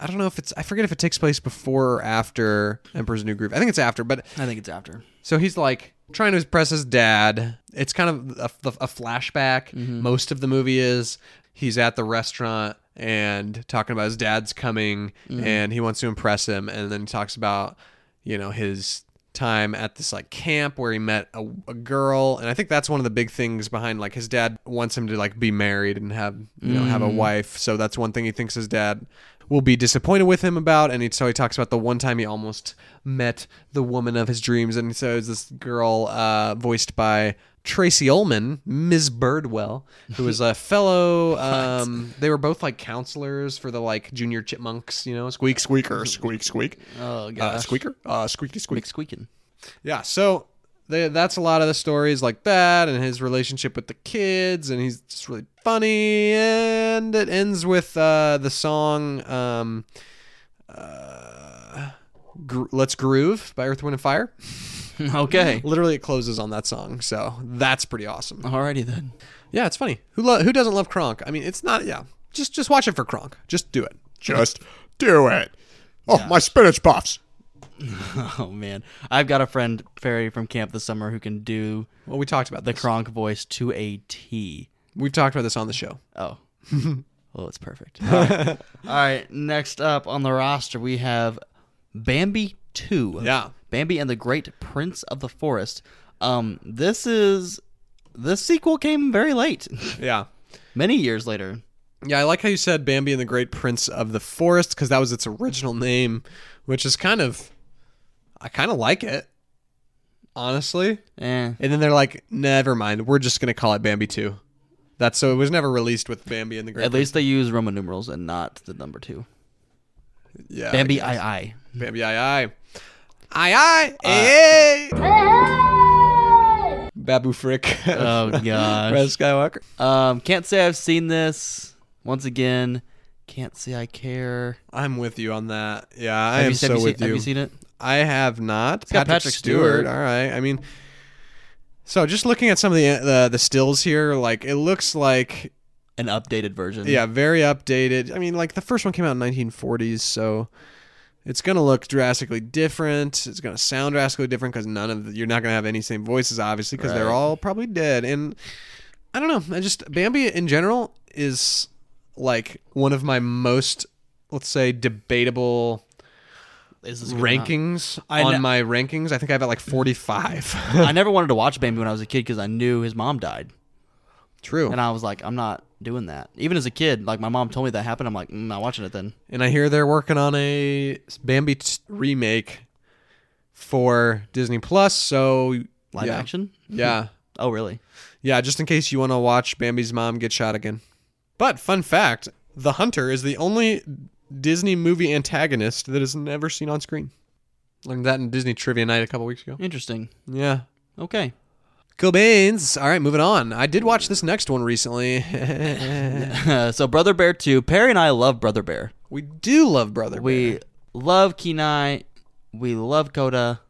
Speaker 2: I don't know if it's. I forget if it takes place before or after Emperor's New Groove. I think it's after, but
Speaker 1: I think it's after.
Speaker 2: so he's like trying to impress his dad. It's kind of a, a flashback. Most of the movie is he's at the restaurant and talking about his dad's coming and he wants to impress him and then he talks about you know his time at this like camp where he met a, a girl and i think that's one of the big things behind like his dad wants him to like be married and have you know have a wife so that's one thing he thinks his dad will be disappointed with him about and he, so he talks about the one time he almost met the woman of his dreams and so it's this girl uh, voiced by tracy ullman ms birdwell who was a fellow um, they were both like counselors for the like junior chipmunks you know squeak squeaker squeak squeak
Speaker 1: Oh
Speaker 2: uh,
Speaker 1: gosh,
Speaker 2: squeaker uh, squeaky squeak
Speaker 1: Big squeaking.
Speaker 2: yeah, so they, that's a lot of the stories like that, and his relationship with the kids, and he's just really funny. And it ends with uh, the song um, uh, Gro- "Let's Groove" by Earth, Wind, and Fire.
Speaker 1: okay.
Speaker 2: Literally, it closes on that song, so that's pretty awesome.
Speaker 1: Alrighty then.
Speaker 2: Yeah, it's funny. Who lo- who doesn't love Kronk? I mean, it's not. Yeah, just just watch it for Kronk. Just do it.
Speaker 4: Just do it. Oh, my spinach puffs.
Speaker 1: Oh man, I've got a friend Ferry from camp this summer who can do
Speaker 2: Well, we talked about
Speaker 1: the
Speaker 2: this.
Speaker 1: Kronk voice to a T.
Speaker 2: We've talked about this on the show.
Speaker 1: Oh. well, it's perfect. All right. All right. Next up on the roster, we have Bambi 2.
Speaker 2: Yeah.
Speaker 1: Bambi and the Great Prince of the Forest. Um, this is. This sequel came very late,
Speaker 2: Yeah.
Speaker 1: many years later.
Speaker 2: Yeah, I like how you said Bambi and the Great Prince of the Forest because that was its original name, which is kind of, I kind of like it, honestly.
Speaker 1: Eh.
Speaker 2: And then they're like, never mind, we're just gonna call it Bambi Two. That's so it was never released with Bambi and the Great.
Speaker 1: At least they use Roman numerals and not the number two.
Speaker 2: Prince. yeah,
Speaker 1: Bambi II.
Speaker 2: Bambi, aye, aye, aye, aye, aye, aye.
Speaker 1: Uh,
Speaker 2: Babu Frick,
Speaker 1: Oh, gosh.
Speaker 2: Red Skywalker.
Speaker 1: Um, can't say I've seen this. Once again, can't say I care.
Speaker 2: I'm with you on that. Yeah, I
Speaker 1: Have
Speaker 2: am
Speaker 1: you,
Speaker 2: so
Speaker 1: have you
Speaker 2: with
Speaker 1: seen, Have you seen it?
Speaker 2: I have not.
Speaker 1: got Patrick Stewart.
Speaker 2: All right. I mean, so just looking at some of the uh, the stills here, like it looks like
Speaker 1: An updated version.
Speaker 2: yeah, very updated. I mean, like the first one came out in 1940s, so it's gonna look drastically different. It's gonna sound drastically different because none of the, you're not gonna have any same voices, obviously, because they're
Speaker 1: Right.
Speaker 2: all probably dead. And I don't know. I just Bambi in general is like one of my most let's say debatable
Speaker 1: Is this good or not?
Speaker 2: rankings
Speaker 1: I
Speaker 2: on
Speaker 1: kn-
Speaker 2: my rankings. I think I have it like 45.
Speaker 1: I never wanted to watch Bambi when I was a kid because I knew his mom died,
Speaker 2: True.
Speaker 1: and
Speaker 2: And I,
Speaker 1: I was like, I'm not doing that. Even as a kid, like my mom told me that happened. I'm like, "Mm, not watching it then.
Speaker 2: hear they're working on a Bambi t- remake for Disney Plus. So
Speaker 1: Live
Speaker 2: yeah.
Speaker 1: action?
Speaker 2: Yeah.
Speaker 1: Oh, really?
Speaker 2: Yeah. Just in case you want to watch Bambi's mom get shot again. But fun fact The Hunter is the only Disney movie antagonist that is never seen on screen. Learned that in Disney Trivia Night a couple weeks ago.
Speaker 1: Interesting.
Speaker 2: Yeah.
Speaker 1: Okay.
Speaker 2: Cobains. All right, moving on. I did watch this next one recently.
Speaker 1: so Brother Bear two. Perry and I love Brother Bear.
Speaker 2: we do love Brother Bear.
Speaker 1: We love Kenai. We love Coda.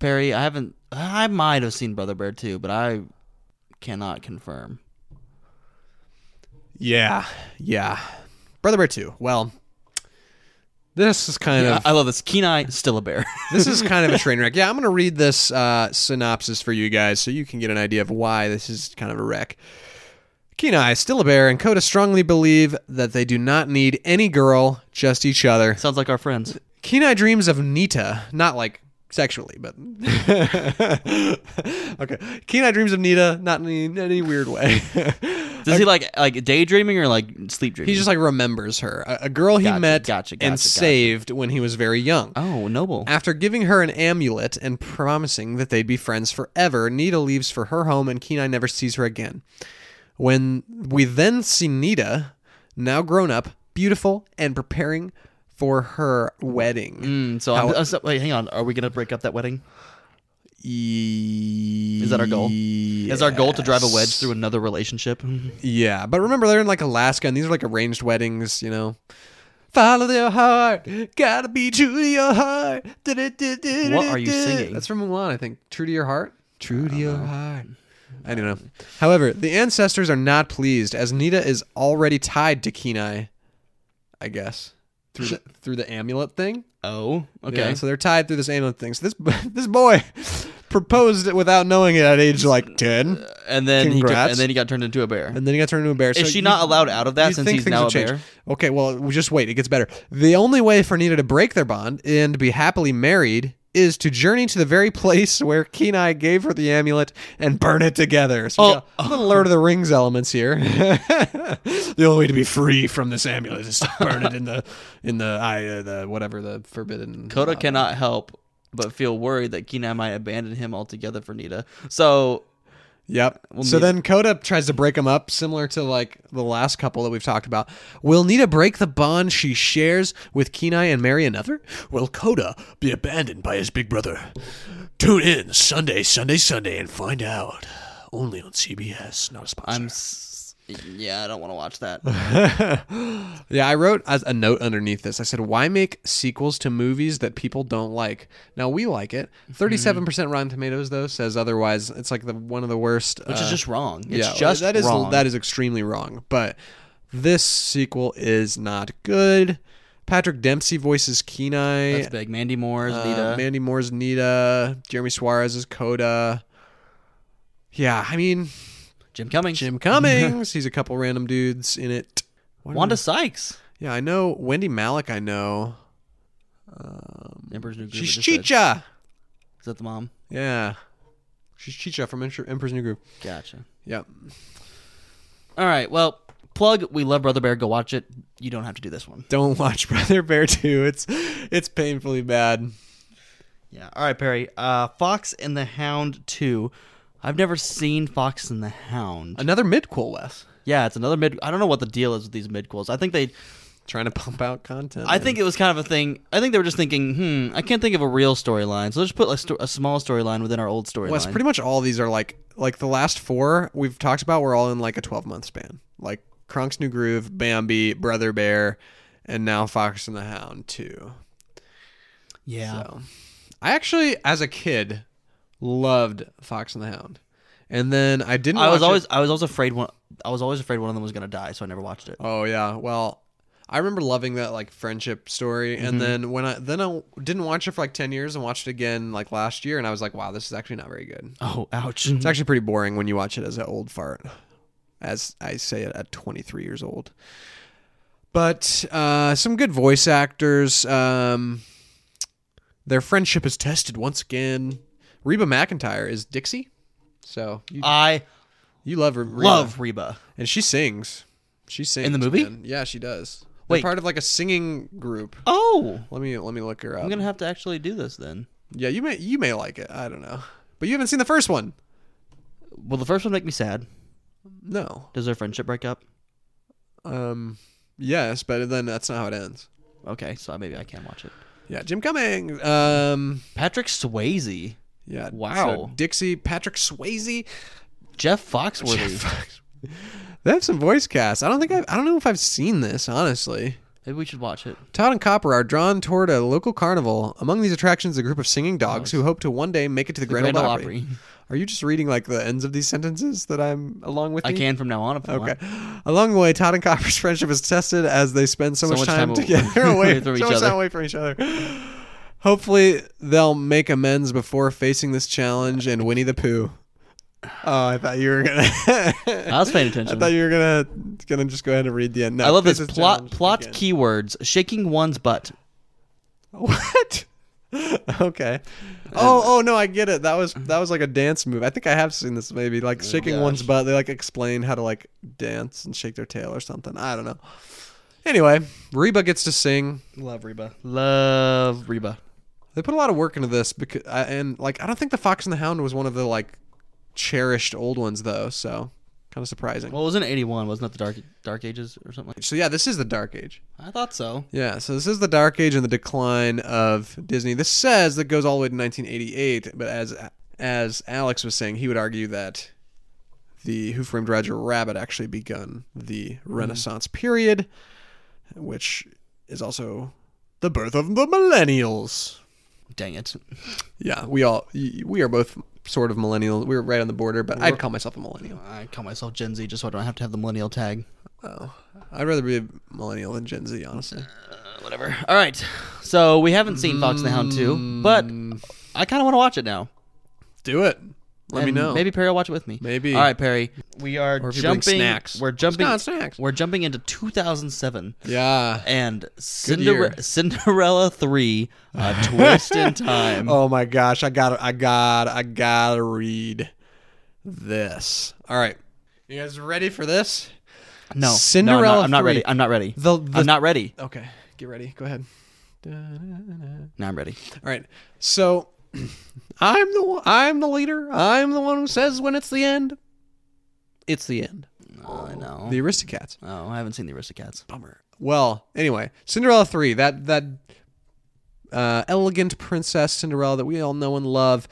Speaker 1: Perry, I haven't. I might have seen Brother Bear two, but I cannot confirm.
Speaker 2: Yeah, yeah. Brother Bear Two. Well, this is kind
Speaker 1: I,
Speaker 2: of
Speaker 1: I love this. Kenai still a bear.
Speaker 2: this is kind of a train wreck. Yeah, I'm gonna read this uh, synopsis for you guys so you can get an idea of why this is kind of a wreck. Kenai, still a bear, and Coda strongly believe that they do not need any girl, just each other.
Speaker 1: Sounds like our friends.
Speaker 2: Kenai dreams of Nita, not like sexually, but okay. Kenai dreams of Nita, not in any, in any weird way.
Speaker 1: Does he like like daydreaming or like sleep dreaming?
Speaker 2: He just like remembers her, a, a girl he
Speaker 1: Gotcha,
Speaker 2: met
Speaker 1: gotcha,
Speaker 2: and
Speaker 1: gotcha, gotcha.
Speaker 2: saved when he was very young.
Speaker 1: oh noble.
Speaker 2: After giving her an amulet and promising that they'd be friends forever, Nita leaves for her home and Kenai never sees her again. When we then see Nita, now grown up, beautiful, and preparing for her wedding.
Speaker 1: Mm, so, I'm, I'm so- wait, hang on. Are we gonna break up that wedding?
Speaker 2: Is
Speaker 1: Is that our goal? Is our goal to drive a wedge through another relationship?
Speaker 2: Yeah, but remember they're in like Alaska, and these are like arranged weddings, you know. Follow your heart, gotta be true to your heart. What
Speaker 1: What
Speaker 2: are
Speaker 1: are you singing?
Speaker 2: That's from Mulan, I think. True to your heart. True to your heart. I don't know. However, the ancestors are not pleased, as Nita is already tied to Kenai. I guess through the, through the amulet thing.
Speaker 1: oh, okay.
Speaker 2: Yeah, so they're tied through this amulet thing. So this this boy proposed it without knowing it at age like ten,
Speaker 1: and then he tur-
Speaker 2: Congrats.
Speaker 1: and then he got turned into a bear.
Speaker 2: and then he got turned into a bear.
Speaker 1: Is she not allowed out of that
Speaker 2: you
Speaker 1: since
Speaker 2: think
Speaker 1: he's
Speaker 2: things
Speaker 1: now
Speaker 2: will
Speaker 1: a
Speaker 2: change.
Speaker 1: bear?
Speaker 2: Okay, well, we just wait. It gets better. The only way for Nina to break their bond and be happily married is to journey to the very place where Kenai gave her the amulet and burn it together. So we
Speaker 1: Oh.
Speaker 2: got a little Lord of the Rings elements here. the only way to be free from this amulet is to burn it in the in the I uh, the whatever the forbidden.
Speaker 1: Coda
Speaker 2: uh,
Speaker 1: cannot help but feel worried that Kenai might abandon him altogether for Nita. So
Speaker 2: Yep. so
Speaker 1: Nita-
Speaker 2: then Coda tries to break them up, similar to like the last couple that we've talked about. Will Nita break the bond she shares with Kenai and marry another?
Speaker 7: Will Coda be abandoned by his big brother? Tune in Sunday, Sunday, Sunday, and find out. Only on CBS, not a sponsor.
Speaker 1: I'm, s- yeah, I don't want to watch that.
Speaker 2: Yeah, I wrote as a note underneath this. I said, "Why make sequels to movies that people don't like?" Now we like it.
Speaker 1: Mm-hmm.
Speaker 2: Thirty-seven percent Rotten Tomatoes though says otherwise. It's like the one of the worst.
Speaker 1: Which
Speaker 2: uh,
Speaker 1: is just wrong. It's
Speaker 2: yeah,
Speaker 1: just
Speaker 2: that is
Speaker 1: wrong.
Speaker 2: that is extremely wrong. But this sequel is not good. Patrick Dempsey voices Kenai.
Speaker 1: That's big. Mandy Moore's
Speaker 2: Uh,
Speaker 1: Nita.
Speaker 2: Mandy Moore's Nita. Jeremy Suarez is Coda. Yeah, I mean
Speaker 1: Jim Cummings.
Speaker 2: Jim Cummings. he's a couple random dudes in it. What
Speaker 1: Wanda
Speaker 2: are-
Speaker 1: Sykes.
Speaker 2: Yeah, I know Wendy Malik. I know
Speaker 1: Emperor's New Groove.
Speaker 2: she's
Speaker 1: I just said.
Speaker 2: Chicha.
Speaker 1: Is that the mom?
Speaker 2: Yeah, she's Chicha from Emperor- Emperor's New Groove.
Speaker 1: Gotcha.
Speaker 2: Yep.
Speaker 1: All right. Well, plug. We love Brother Bear. Go watch it. You don't have to do this one.
Speaker 2: Don't watch Brother Bear Two. It's it's painfully bad.
Speaker 1: Yeah. All right, Perry. Uh, Fox and the Hound two. I've never seen Fox and the Hound.
Speaker 2: Another midquel, Wes.
Speaker 1: Yeah, it's another mid. I don't know what the deal is with these midquels. I think they.
Speaker 2: Trying to pump out content.
Speaker 1: I
Speaker 2: man.
Speaker 1: think it was kind of a thing. I think they were just thinking, hmm, I can't think of a real storyline, so let's put a, sto- a small storyline within our old
Speaker 2: Wes,
Speaker 1: storyline.
Speaker 2: pretty much all these are like like the last four we've talked about were all in like a twelve month span. Like Kronk's New Groove, Bambi, Brother Bear, and now Fox and the Hound too.
Speaker 1: yeah.
Speaker 2: I actually, as a kid, loved Fox and the Hound, and then I didn't.
Speaker 1: I was
Speaker 2: watch it-
Speaker 1: always I was always afraid one I was always afraid one of them was gonna die, so I never watched it.
Speaker 2: Oh yeah, well. I remember loving that like friendship story,
Speaker 1: Mm-hmm.
Speaker 2: and then when I then I didn't watch it for like ten years, and watched it again like last year, and I was like, wow, this is actually not very good.
Speaker 1: Oh, ouch!
Speaker 2: It's actually pretty boring when you watch it as an old fart, as I say it at 23 years old. But uh, some good voice actors. Um, their friendship is tested once again. Reba McIntyre is Dixie, so you,
Speaker 1: I
Speaker 2: you love her. Reba.
Speaker 1: love Reba.
Speaker 2: and she sings. She sings
Speaker 1: the movie?
Speaker 2: man. Yeah, she does. They're
Speaker 1: Wait.
Speaker 2: part of like a singing group.
Speaker 1: Oh,
Speaker 2: Let me let me look her up.
Speaker 1: I'm gonna have to actually do this then.
Speaker 2: yeah, you may you may like it. I don't know, but you haven't seen the first one.
Speaker 1: Will the first one make me sad?
Speaker 2: No.
Speaker 1: Does their friendship break up?
Speaker 2: Um, yes, but then that's not how it ends.
Speaker 1: Okay, so maybe I can watch it.
Speaker 2: Yeah, Jim Cummings. Um,
Speaker 1: Patrick Swayze,
Speaker 2: yeah.
Speaker 1: Wow.
Speaker 2: so Dixie, Patrick Swayze.
Speaker 1: Jeff Foxworthy.
Speaker 2: They have some voice casts. I don't think I've, I don't know if I've seen this honestly.
Speaker 1: maybe we should watch it.
Speaker 2: Todd and Copper are drawn toward a local carnival. Among these attractions, a group of singing dogs who hope to one day make it to the, Grand, Ole Opry. Are you just reading like the ends of these sentences that I'm along with?
Speaker 1: I
Speaker 2: you?
Speaker 1: can from now on if I want.
Speaker 2: Okay. Along the way, Todd and Copper's friendship is tested as they spend so,
Speaker 1: So
Speaker 2: much,
Speaker 1: much
Speaker 2: time,
Speaker 1: time away-
Speaker 2: together away,
Speaker 1: from
Speaker 2: so
Speaker 1: each
Speaker 2: much
Speaker 1: other.
Speaker 2: time away from each other. Hopefully, they'll make amends before facing this challenge and Winnie the Pooh. Oh, I thought you were gonna.
Speaker 1: I was paying
Speaker 2: I
Speaker 1: attention.
Speaker 2: thought you were gonna gonna just go ahead and read the end. No,
Speaker 1: I love this
Speaker 2: face
Speaker 1: plot
Speaker 2: challenge
Speaker 1: plot
Speaker 2: again.
Speaker 1: keywords: shaking one's butt.
Speaker 2: What? okay. Oh, oh no, I get it. That was that was like a dance move. I think I have seen this maybe like shaking one's butt. They like explain how to like dance and shake their tail or something. I don't know. Anyway, Reba gets to sing.
Speaker 1: Love Reba. Love Reba.
Speaker 2: They put a lot of work into this because I, and like I don't think the Fox and the Hound was one of the like cherished old ones though, so kind of surprising.
Speaker 1: Well, it was in '81, wasn't it? The Dark Dark Ages or something. like
Speaker 2: so yeah, this is the Dark Age.
Speaker 1: I thought so.
Speaker 2: Yeah, so this is the dark age and the decline of Disney. This says that goes all the way to 1988, but as as Alex was saying, he would argue that the Who Framed Roger Rabbit actually begun the Renaissance period, which is also the birth of the millennials.
Speaker 1: Dang it.
Speaker 2: Yeah, we all y- we are both sort of millennial. We're right on the border, but I'd call myself a millennial.
Speaker 1: I call myself Gen Z just so I don't have to have the millennial tag.
Speaker 2: I'd rather be a millennial than Gen Z, honestly.
Speaker 1: Whatever. All
Speaker 2: Mm.
Speaker 1: right. So we haven't seen Fox and the Hound 2, but I kind of want to watch it now.
Speaker 2: Do it. Let me
Speaker 1: And
Speaker 2: know.
Speaker 1: Maybe Perry will watch it with me.
Speaker 2: Maybe.
Speaker 1: All right, Perry. We are
Speaker 2: Or if you bring
Speaker 1: jumping.
Speaker 2: snacks.
Speaker 1: We're jumping.
Speaker 2: Let's go on snacks.
Speaker 1: We're jumping into 2007
Speaker 2: Yeah.
Speaker 1: and
Speaker 2: year.
Speaker 1: Cinder- Cinderella 3: A Twist in Time.
Speaker 2: Oh my gosh, I got I got I got to read this. All right. You guys ready for this?
Speaker 1: no,
Speaker 2: Cinderella
Speaker 1: No, I'm not, I'm not
Speaker 2: 3.
Speaker 1: ready. I'm not ready.
Speaker 2: The- the-
Speaker 1: I'm not ready.
Speaker 2: Okay. Get ready. Go ahead.
Speaker 1: Now I'm ready.
Speaker 2: All right. So I'm the one- I'm the leader. I'm the one who says when it's the end. It's the end.
Speaker 1: Oh, I know.
Speaker 2: The Aristocats.
Speaker 1: oh, I haven't seen the Aristocats.
Speaker 2: Bummer. Well, anyway, Cinderella 3, that that uh, elegant princess Cinderella that we all know and love.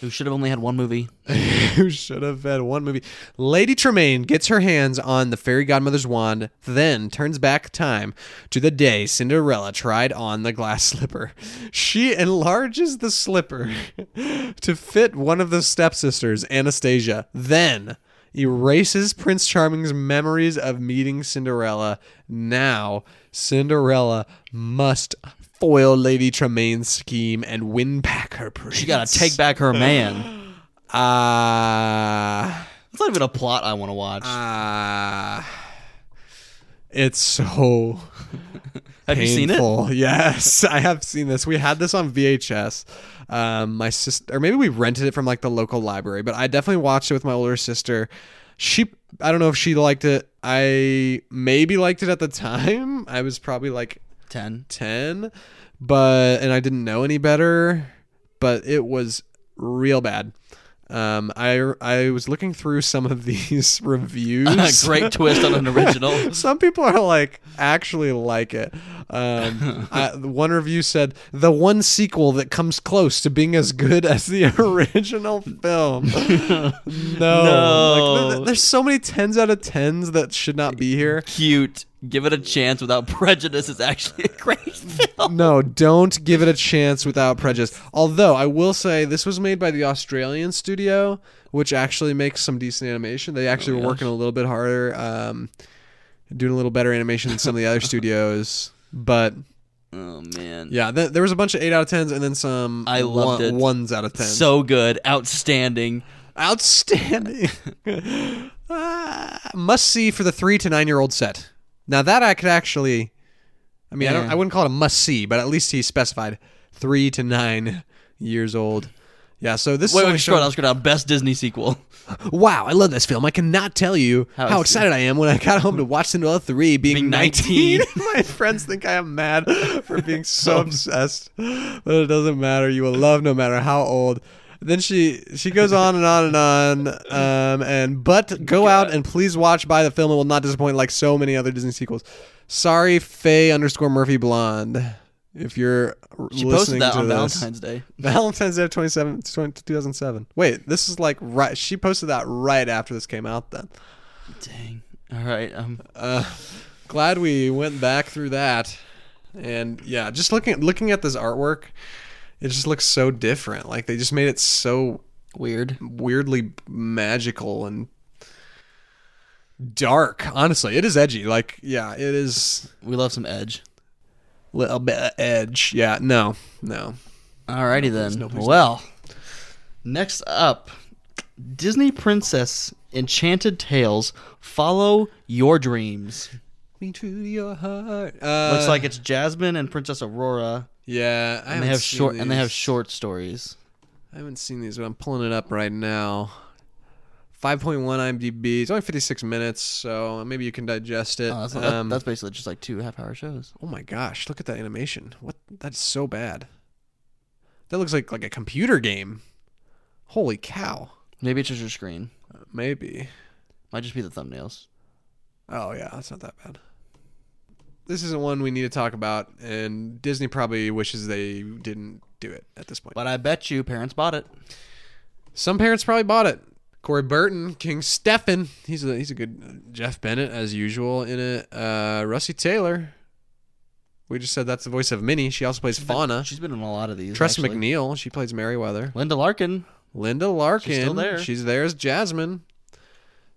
Speaker 1: Who should have only had one movie?
Speaker 2: who should have had one movie. Lady Tremaine gets her hands on the fairy godmother's wand, then turns back time to the day Cinderella tried on the glass slipper. She enlarges the slipper to fit one of the stepsisters, Anastasia, then erases Prince Charming's memories of meeting Cinderella. Now, Cinderella must foil Lady Tremaine's scheme and win back her prince.
Speaker 1: She got to take back her man.
Speaker 2: Ah.
Speaker 1: It's not even a plot I want to watch.
Speaker 2: Ah, it's so
Speaker 1: have you seen it?
Speaker 2: painful. Yes, I have seen this. We had this on VHS. Um, my sister, or maybe we rented it from like the local library, but I definitely watched it with my older sister. She, I don't know if she liked it. I maybe liked it at the time. I was probably like
Speaker 1: Ten.
Speaker 2: 10 but and i didn't know any better but it was real bad um i i was looking through some of these reviews
Speaker 1: Great twist on an original.
Speaker 2: some people are like actually like it um I, one review said the one sequel that comes close to being as good as the original film no, Like, th- th- there's so many 10s out of 10s that should not be here
Speaker 1: Cute. Give it a chance without prejudice. It's actually a great film.
Speaker 2: no, don't give it a chance without prejudice. Although I will say this was made by the Australian studio, which actually makes some decent animation. They actually were working a little bit harder, um, doing a little better animation than some of the other studios. But
Speaker 1: Oh man.
Speaker 2: yeah, th- there was a bunch of eight out of tens and then some
Speaker 1: I loved it.
Speaker 2: one- ones out of tens.
Speaker 1: So good. Outstanding.
Speaker 2: outstanding. Ah, must see for the three to nine year old set. Now that I could actually, I mean, I don't,
Speaker 1: Yeah.
Speaker 2: I wouldn't call it a must see, but at least he specified three to nine years old. Yeah, so this
Speaker 1: Wait,
Speaker 2: is
Speaker 1: wait,
Speaker 2: only
Speaker 1: scroll down,
Speaker 2: showing-
Speaker 1: scroll down. Best Disney sequel.
Speaker 2: wow, I love this film. I cannot tell you
Speaker 1: How
Speaker 2: how,
Speaker 1: it's-
Speaker 2: excited I am when I got home to watch Cinderella 3 being,
Speaker 1: Being
Speaker 2: 19.
Speaker 1: 19.
Speaker 2: My friends think I am mad for being so obsessed, but it doesn't matter. You will love no matter how old. Then she she goes on and on and on, um, and but go out and please watch by the film. It will not disappoint like so many other Disney sequels. Sorry, Faye underscore Murphy Blonde. If you're
Speaker 1: She
Speaker 2: listening
Speaker 1: posted that
Speaker 2: to
Speaker 1: on
Speaker 2: this.
Speaker 1: Valentine's Day.
Speaker 2: Valentine's Day of 27, 20 2007. Wait, this is like right. She posted that right after this came out. Then
Speaker 1: Dang. All right. Um,
Speaker 2: glad we went back through that, and yeah, just looking looking at this artwork, it just looks so different. Like they just made it so
Speaker 1: weird.
Speaker 2: weirdly magical and dark. Honestly, it is edgy. Like yeah, it is
Speaker 1: We love some edge.
Speaker 2: little bit of edge. Yeah, no, no.
Speaker 1: Alrighty then. well, next up, Disney Princess Enchanted Tales. Follow your dreams.
Speaker 2: Me to your heart. Uh,
Speaker 1: Looks like it's Jasmine and Princess Aurora,
Speaker 2: yeah. I
Speaker 1: and they have short and they have short stories.
Speaker 2: I haven't seen these, but I'm pulling it up right now. 5.1 IMDb. It's only 56 minutes, so maybe you can digest it.
Speaker 1: Oh, that's, that-
Speaker 2: Um,
Speaker 1: that's basically just like two half-hour shows.
Speaker 2: oh my gosh, look at that animation. What? That's so bad. That looks like like a computer game. Holy cow.
Speaker 1: Maybe it's just your screen.
Speaker 2: Maybe.
Speaker 1: Might just be the thumbnails.
Speaker 2: Oh yeah, that's not that bad. This isn't one we need to talk about, and Disney probably wishes they didn't do it at this point.
Speaker 1: But I bet you parents bought it.
Speaker 2: Some parents probably bought it. Corey Burton, King Stefan. He's a he's a good Jeff Bennett as usual in it. Uh, Russi Taylor. We just said that's the voice of Minnie. She also plays Fauna.
Speaker 1: She's been in a lot of these.
Speaker 2: Tress
Speaker 1: actually.
Speaker 2: McNeil. She plays Merriweather.
Speaker 1: Linda Larkin.
Speaker 2: Linda Larkin.
Speaker 1: She's still there. Hmm.
Speaker 2: She's there as Jasmine.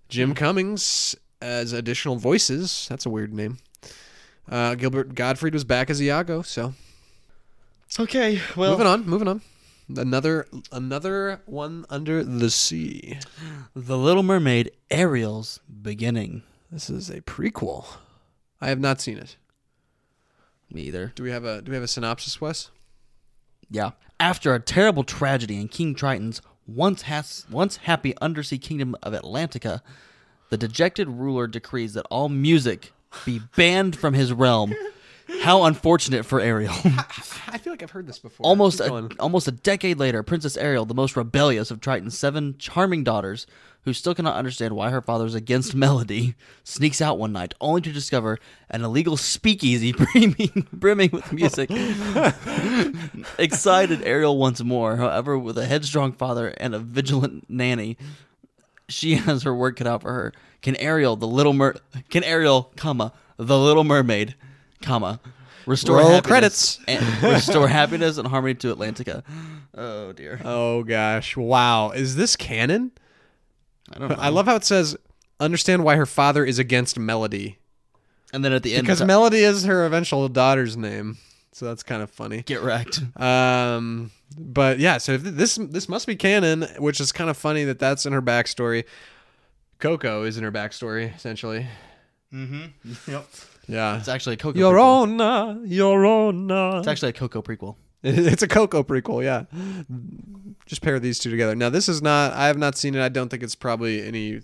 Speaker 2: Jim Cummings as additional voices. That's a weird name. Uh, Gilbert Gottfried was back as Iago. So
Speaker 1: Okay, well, Oh.
Speaker 2: moving on, moving on. Another another one under the sea.
Speaker 1: The Little Mermaid Ariel's beginning.
Speaker 2: This is a prequel. I have not seen it.
Speaker 1: Me either.
Speaker 2: Do we have a do we have a synopsis, Wes?
Speaker 1: Yeah. After a terrible tragedy in King Triton's once has, once happy undersea kingdom of Atlantica, the dejected ruler decrees that all music be banned from his realm. How unfortunate for Ariel.
Speaker 2: I feel like I've heard this before.
Speaker 1: almost
Speaker 2: Keep
Speaker 1: a,
Speaker 2: going.
Speaker 1: almost a decade later, Princess Ariel, the most rebellious of Triton's seven charming daughters, who still cannot understand why her father's against melody, sneaks out one night only to discover an illegal speakeasy brimming, brimming with music. Excited Ariel once more, however, with a headstrong father and a vigilant nanny, she has her work cut out for her. Can Ariel, the little mer, can Ariel, comma, the Little Mermaid, comma, restore
Speaker 2: Roll
Speaker 1: happiness
Speaker 2: credits.
Speaker 1: and restore happiness and harmony to Atlantica. Oh dear,
Speaker 2: Oh gosh. Wow. Is this canon?
Speaker 1: I don't know.
Speaker 2: I love how it says understand why her father is against Melody.
Speaker 1: and then at the end,
Speaker 2: Because
Speaker 1: it's-
Speaker 2: Melody is her eventual daughter's name. So that's kind of funny.
Speaker 1: get wrecked.
Speaker 2: Um, but yeah, so if th- this this must be canon, which is kind of funny that that's in her backstory. Coco is in her backstory essentially. Mm-hmm. Yep. Yeah.
Speaker 1: It's actually a Coco.
Speaker 2: Your
Speaker 1: prequel.
Speaker 2: honor, your honor.
Speaker 1: It's actually a Coco prequel.
Speaker 2: It's a Coco prequel, yeah. Just pair these two together. Now, this is not. I have not seen it. I don't think it's probably any. I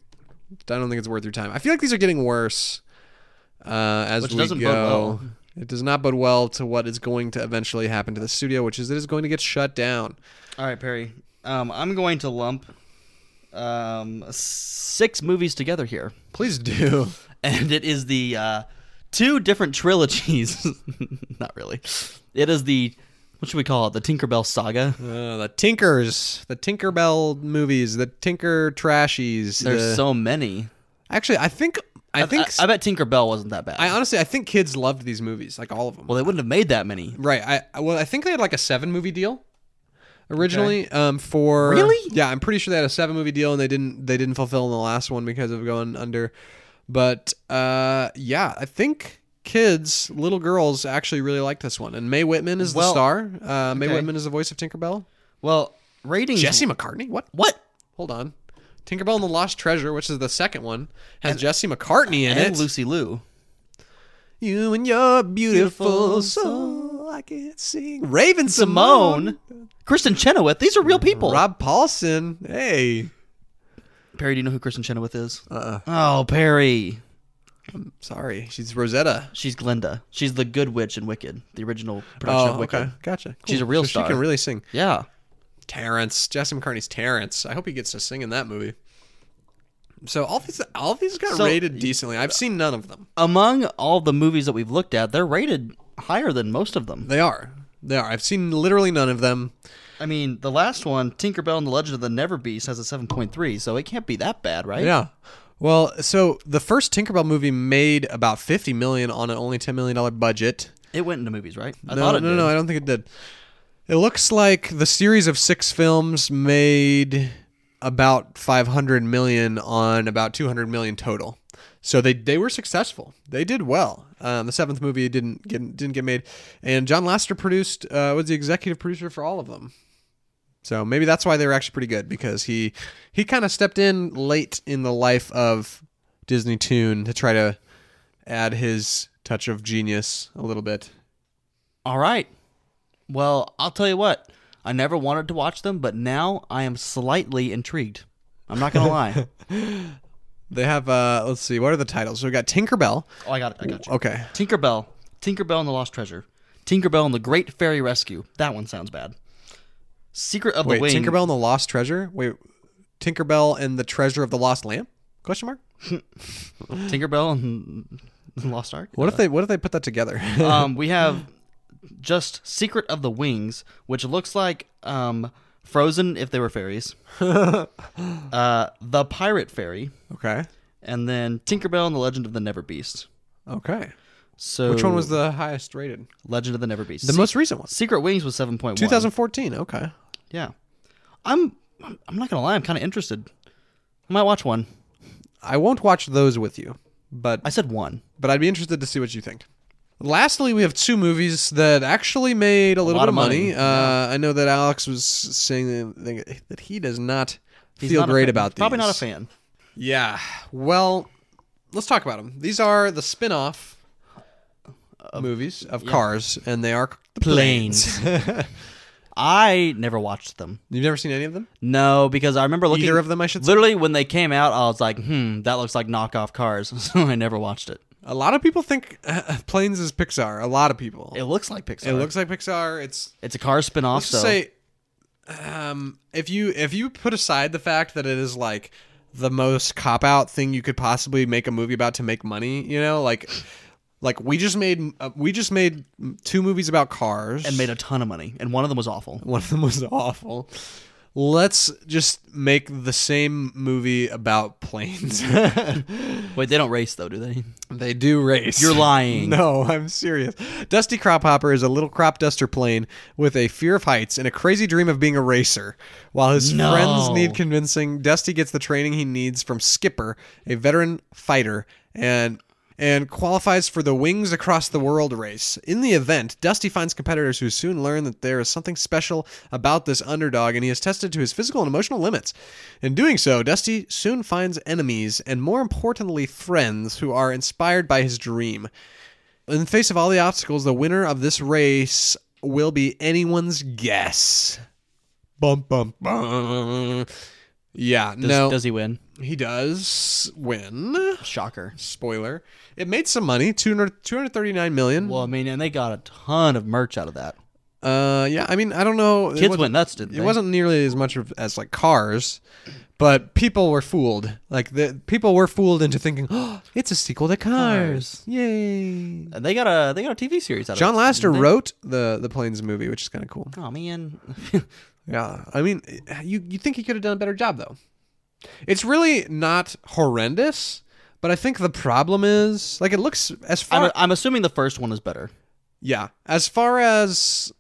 Speaker 2: don't think it's worth your time. I feel like these are getting worse uh, as
Speaker 1: Which
Speaker 2: we
Speaker 1: doesn't bode
Speaker 2: go.
Speaker 1: well.
Speaker 2: It does not bode well to what is going to eventually happen to the studio, which is it is going to get shut down.
Speaker 1: All right, Perry. Um, I'm going to lump um, six movies together here,
Speaker 2: Please do.
Speaker 1: and it is the uh, two different trilogies. Not really. It is the what should we call it? The Tinkerbell saga.
Speaker 2: Uh, the Tinkers, the Tinkerbell movies, the Tinker Trashies.
Speaker 1: There's
Speaker 2: the-
Speaker 1: so many.
Speaker 2: actually, I think I, think
Speaker 1: I, I bet Tinkerbell wasn't that bad.
Speaker 2: I honestly I think kids loved these movies, like all of them.
Speaker 1: well, they wouldn't have made that many.
Speaker 2: Right. I- I well, I think they had like a seven movie deal originally. Um, for
Speaker 1: Really?
Speaker 2: Yeah, I'm pretty sure they had a seven movie deal, and they didn't they didn't fulfill in the last one because of going under. But uh, yeah, I think kids, little girls, actually really like this one. And Mae Whitman is
Speaker 1: Well,
Speaker 2: the star. Uh, Mae
Speaker 1: okay.
Speaker 2: Whitman is the voice of Tinkerbell.
Speaker 1: Well, ratings.
Speaker 2: Jesse McCartney. What?
Speaker 1: What?
Speaker 2: Hold on. Tinkerbell and the Lost Treasure, which is the second one, has Jesse McCartney in
Speaker 1: And,
Speaker 2: it.
Speaker 1: Lucy Liu.
Speaker 2: You and your
Speaker 1: Beautiful
Speaker 2: beautiful soul, I can't sing. Raven Simone.
Speaker 1: Simone. Kristen Chenoweth. These are real people.
Speaker 2: Rob Paulson. Hey.
Speaker 1: Perry, do you know who Kristen Chenoweth is? Uh-uh. Oh, Perry.
Speaker 2: Sorry. She's Rosetta.
Speaker 1: She's Glinda. She's the good witch in Wicked, the original production
Speaker 2: Oh,
Speaker 1: of Wicked.
Speaker 2: okay. Gotcha.
Speaker 1: She's
Speaker 2: Cool.
Speaker 1: a real
Speaker 2: so
Speaker 1: star.
Speaker 2: She can really sing.
Speaker 1: Yeah.
Speaker 2: Terrence. Jesse McCartney's Terrence. I hope he gets to sing in that movie. So all these all these got
Speaker 1: So-
Speaker 2: rated decently. I've seen none of them.
Speaker 1: Among all the movies that we've looked at, they're rated higher than most of them.
Speaker 2: They are. They are. I've seen literally none of them.
Speaker 1: I mean, the last one, Tinkerbell and the Legend of the Never Beast, has a 7.3, so it can't be that bad, right?
Speaker 2: Yeah. Well, so the first Tinkerbell movie made about 50 million on an only 10 million dollar budget.
Speaker 1: It went into movies, right? I
Speaker 2: no,
Speaker 1: thought it
Speaker 2: no,
Speaker 1: did.
Speaker 2: no, I don't think it did. It looks like the series of six films made about 500 million on about 200 million total. So they they were successful. They did well. Um, the seventh movie didn't get didn't get made, and John Lasseter produced uh, was the executive producer for all of them. So maybe that's why they were actually pretty good because he he kind of stepped in late in the life of Disney Toon to try to add his touch of genius a little bit.
Speaker 1: All right. Well, I'll tell you what. I never wanted to watch them, but now I am slightly intrigued. I'm not gonna lie.
Speaker 2: They have uh let's see, what are the titles? So we got Tinkerbell.
Speaker 1: Oh, I got it. I got you.
Speaker 2: Okay.
Speaker 1: Tinkerbell, Tinkerbell and the Lost Treasure, Tinkerbell and the Great Fairy Rescue. That one sounds bad. Secret of
Speaker 2: Wait,
Speaker 1: the Wing.
Speaker 2: Tinkerbell and the Lost Treasure? Wait Tinkerbell and the Treasure of the Lost Lamp? Question mark?
Speaker 1: Tinkerbell and the Lost Ark.
Speaker 2: What if they what if they put that together?
Speaker 1: um, we have just Secret of the Wings, which looks like um, Frozen if they were fairies. uh, the Pirate Fairy,
Speaker 2: okay.
Speaker 1: and then Tinkerbell and the Legend of the Never Beast.
Speaker 2: Okay.
Speaker 1: So
Speaker 2: Which one was the highest rated?
Speaker 1: Legend of the Never Beast?
Speaker 2: The most recent one.
Speaker 1: Secret Wings was seven point one.
Speaker 2: 2014. Okay.
Speaker 1: Yeah, I'm. I'm not gonna lie. I'm kind of interested. I might watch one.
Speaker 2: I won't watch those with you,
Speaker 1: I
Speaker 2: but
Speaker 1: said one.
Speaker 2: but I'd be interested to see what you think. Lastly, we have two movies that actually made a little
Speaker 1: lot
Speaker 2: bit
Speaker 1: of
Speaker 2: of money.
Speaker 1: money,
Speaker 2: Uh, I know that Alex was saying that- that he does not
Speaker 1: He's
Speaker 2: feel
Speaker 1: not a
Speaker 2: great
Speaker 1: fan-
Speaker 2: about these.
Speaker 1: Probably not a fan.
Speaker 2: Yeah. Well, let's talk about them. These are the spin-off movies of Cars, and they are the planes.
Speaker 1: I never watched them.
Speaker 2: You've never seen any of them?
Speaker 1: No, because I remember looking
Speaker 2: Either of them, I should say.
Speaker 1: Literally, when they came out, I was like, "Hmm, that looks like knockoff Cars," so I never watched it.
Speaker 2: A lot of people think uh, Planes is Pixar. A lot of people.
Speaker 1: It looks like Pixar.
Speaker 2: It looks like Pixar. It's
Speaker 1: It's a car spinoff.
Speaker 2: let's just
Speaker 1: So
Speaker 2: say, um, if you if you put aside the fact that it is like the most cop out thing you could possibly make a movie about to make money, you know, like like we just made uh, we just made two movies about cars
Speaker 1: and made a ton of money, and one of them was awful.
Speaker 2: one of them was awful. Let's just make the same movie about planes.
Speaker 1: Wait, they don't race though, do they?
Speaker 2: they do race.
Speaker 1: You're lying.
Speaker 2: No, I'm serious. Dusty Crop Hopper is a little crop duster plane with a fear of heights and a crazy dream of being a racer. While his
Speaker 1: No.
Speaker 2: friends need convincing, Dusty gets the training he needs from Skipper, a veteran fighter, and and qualifies for the Wings Across the World race. In the event, Dusty finds competitors who soon learn that there is something special about this underdog and he is tested to his physical and emotional limits. In doing so, Dusty soon finds enemies and more importantly friends who are inspired by his dream. In the face of all the obstacles, the winner of this race will be anyone's guess. Bum bum bum. Yeah,
Speaker 1: Does,
Speaker 2: no,
Speaker 1: does he win?
Speaker 2: he does win.
Speaker 1: Shocker.
Speaker 2: Spoiler: It made some money 200, 239 million.
Speaker 1: Well, I mean, and they got a ton of merch out of that.
Speaker 2: uh, yeah, I mean, I don't know.
Speaker 1: Kids went nuts, didn't
Speaker 2: It
Speaker 1: they?
Speaker 2: wasn't nearly as much of, as like Cars, but people were fooled. Like the people were fooled into thinking, oh, it's a sequel to Cars. Yay!
Speaker 1: And they got a they got a TV series out
Speaker 2: John
Speaker 1: of it.
Speaker 2: Lasseter wrote the the planes movie, which is kind of cool.
Speaker 1: Oh man,
Speaker 2: Yeah, I mean, you you think he could have done a better job though? It's really not horrendous, but I think the problem is like it looks as far
Speaker 1: I'm, I'm assuming the first one is better.
Speaker 2: yeah as far as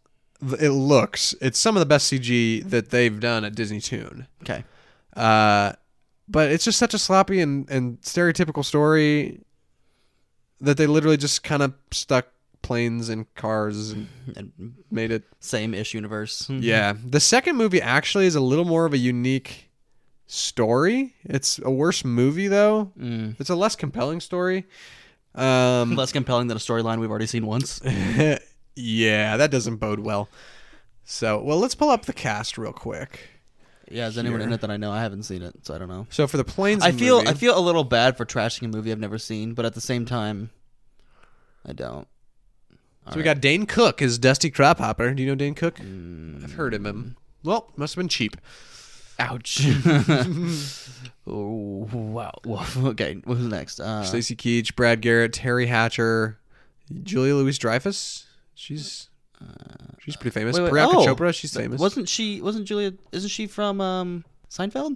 Speaker 2: th- it looks, it's some of the best CG that they've done at Disney Toon.
Speaker 1: Okay.
Speaker 2: Uh, but it's just such a sloppy and and stereotypical story that they literally just kind of stuck planes and cars and
Speaker 1: And
Speaker 2: made it
Speaker 1: same ish universe.
Speaker 2: Yeah. The second movie actually is a little more of a unique story. It's a worse movie though.
Speaker 1: Mm.
Speaker 2: It's a less compelling story. Um
Speaker 1: Less compelling than a storyline we've already seen once.
Speaker 2: yeah, that doesn't bode well. So, well, let's pull up the cast real quick.
Speaker 1: Yeah, is anyone in it that I know? I haven't seen it, so I don't know.
Speaker 2: So for the planes
Speaker 1: I feel
Speaker 2: movie-
Speaker 1: I feel a little bad for trashing a movie I've never seen, but at the same time, I don't.
Speaker 2: so we got Dane Cook as Dusty Craphopper. Do you know Dane Cook?
Speaker 1: Mm.
Speaker 2: I've heard of him. Well, must have been cheap.
Speaker 1: Uh-huh. Ouch. oh wow. Well, okay, who's next? Uh,
Speaker 2: Stacey Keach, Brad Garrett, Terry Hatcher, Julia Louis Dreyfus. She's she's pretty famous.
Speaker 1: Uh, wait, wait,
Speaker 2: Priyanka
Speaker 1: oh.
Speaker 2: Chopra. She's famous.
Speaker 1: Wasn't she? Wasn't Julia? Isn't she from um, Seinfeld?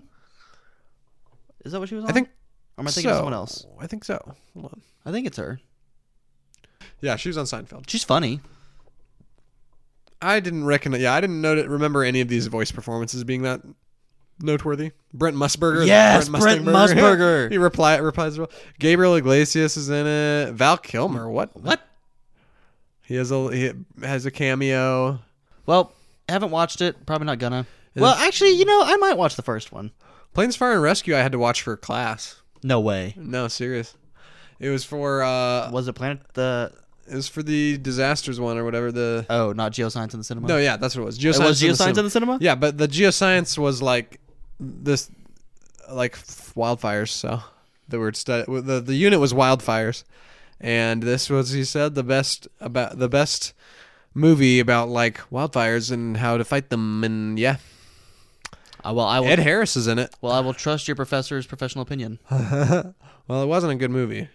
Speaker 1: Is that what she was on?
Speaker 2: I think.
Speaker 1: Or am I thinking of
Speaker 2: so.
Speaker 1: someone else?
Speaker 2: Oh, I think so. Hold on.
Speaker 1: I think it's her.
Speaker 2: Yeah, she was on Seinfeld.
Speaker 1: She's funny.
Speaker 2: I didn't recognize. Yeah, I didn't know, remember any of these voice performances being that noteworthy. Brent Musburger.
Speaker 1: Yes, Brent
Speaker 2: Musburger.
Speaker 1: Musburger.
Speaker 2: he reply, replies. well. Gabriel Iglesias is in it. Val Kilmer. What? What? He has a he has a cameo.
Speaker 1: Well, haven't watched it. Probably not gonna. Well, actually, you know, I might watch the first one.
Speaker 2: Planes, Fire, and Rescue. I had to watch for class.
Speaker 1: No way.
Speaker 2: No, serious. It was for uh,
Speaker 1: Was it Planet the?
Speaker 2: it was for the disasters one or whatever the.
Speaker 1: Oh, not Geoscience in the cinema.
Speaker 2: No, yeah, that's what it was. Geoscience.
Speaker 1: it was
Speaker 2: in
Speaker 1: Geoscience in the cinema.
Speaker 2: Yeah, but the geoscience was like this, like f- wildfires. So the word stu- the the unit was wildfires, and this was he said the best about the best movie about like wildfires and how to fight them and yeah.
Speaker 1: Uh, well, I will.
Speaker 2: Ed Harris is in it.
Speaker 1: well, I will trust your professor's professional opinion.
Speaker 2: Well, it wasn't a good movie.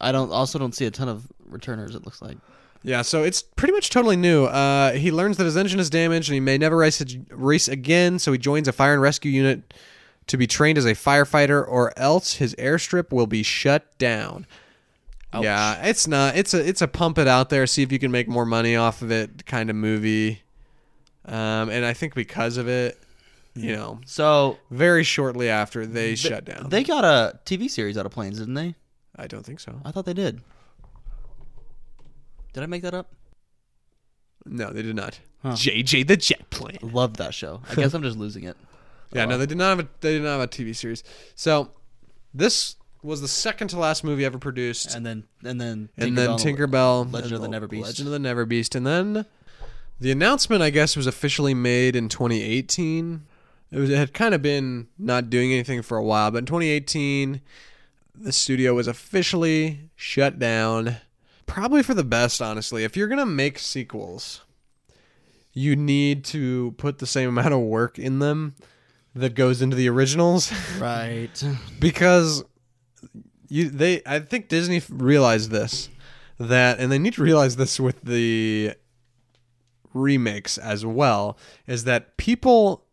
Speaker 1: I don't. Also, don't see a ton of returners. It looks like.
Speaker 2: Yeah, so it's pretty much totally new. Uh, he learns that his engine is damaged and he may never race, race again, so he joins a fire and rescue unit to be trained as a firefighter, or else his airstrip will be shut down. Yeah, it's not. It's a it's a pump it out there, see if you can make more money off of it kind of movie. Um, and I think because of it, you know,
Speaker 1: So
Speaker 2: very shortly after they shut down.
Speaker 1: they got a TV series out of planes, didn't they?
Speaker 2: I don't think so.
Speaker 1: I thought they did. Did I make that up?
Speaker 2: No, they did not.
Speaker 7: JJ the Jet Plane.
Speaker 1: Love that show. I guess I'm just losing it.
Speaker 2: Yeah, no, they did not have a they did not have a TV series. So this was the second to last movie ever produced, and,
Speaker 1: And then and then
Speaker 2: then
Speaker 1: Tinkerbell-
Speaker 2: Tinkerbell,
Speaker 1: Legend of the
Speaker 2: and
Speaker 1: Never Beast.
Speaker 2: Legend of the Never Beast, and then the announcement I guess was officially made in 2018. It, was, it had kind of been not doing anything for a while, but in 2018, the studio was officially shut down. Probably for the best, honestly. If you're gonna make sequels, you need to put the same amount of work in them that goes into the originals.
Speaker 1: Right.
Speaker 2: because you they I think Disney realized this that and they need to realize this with the remakes as well is that people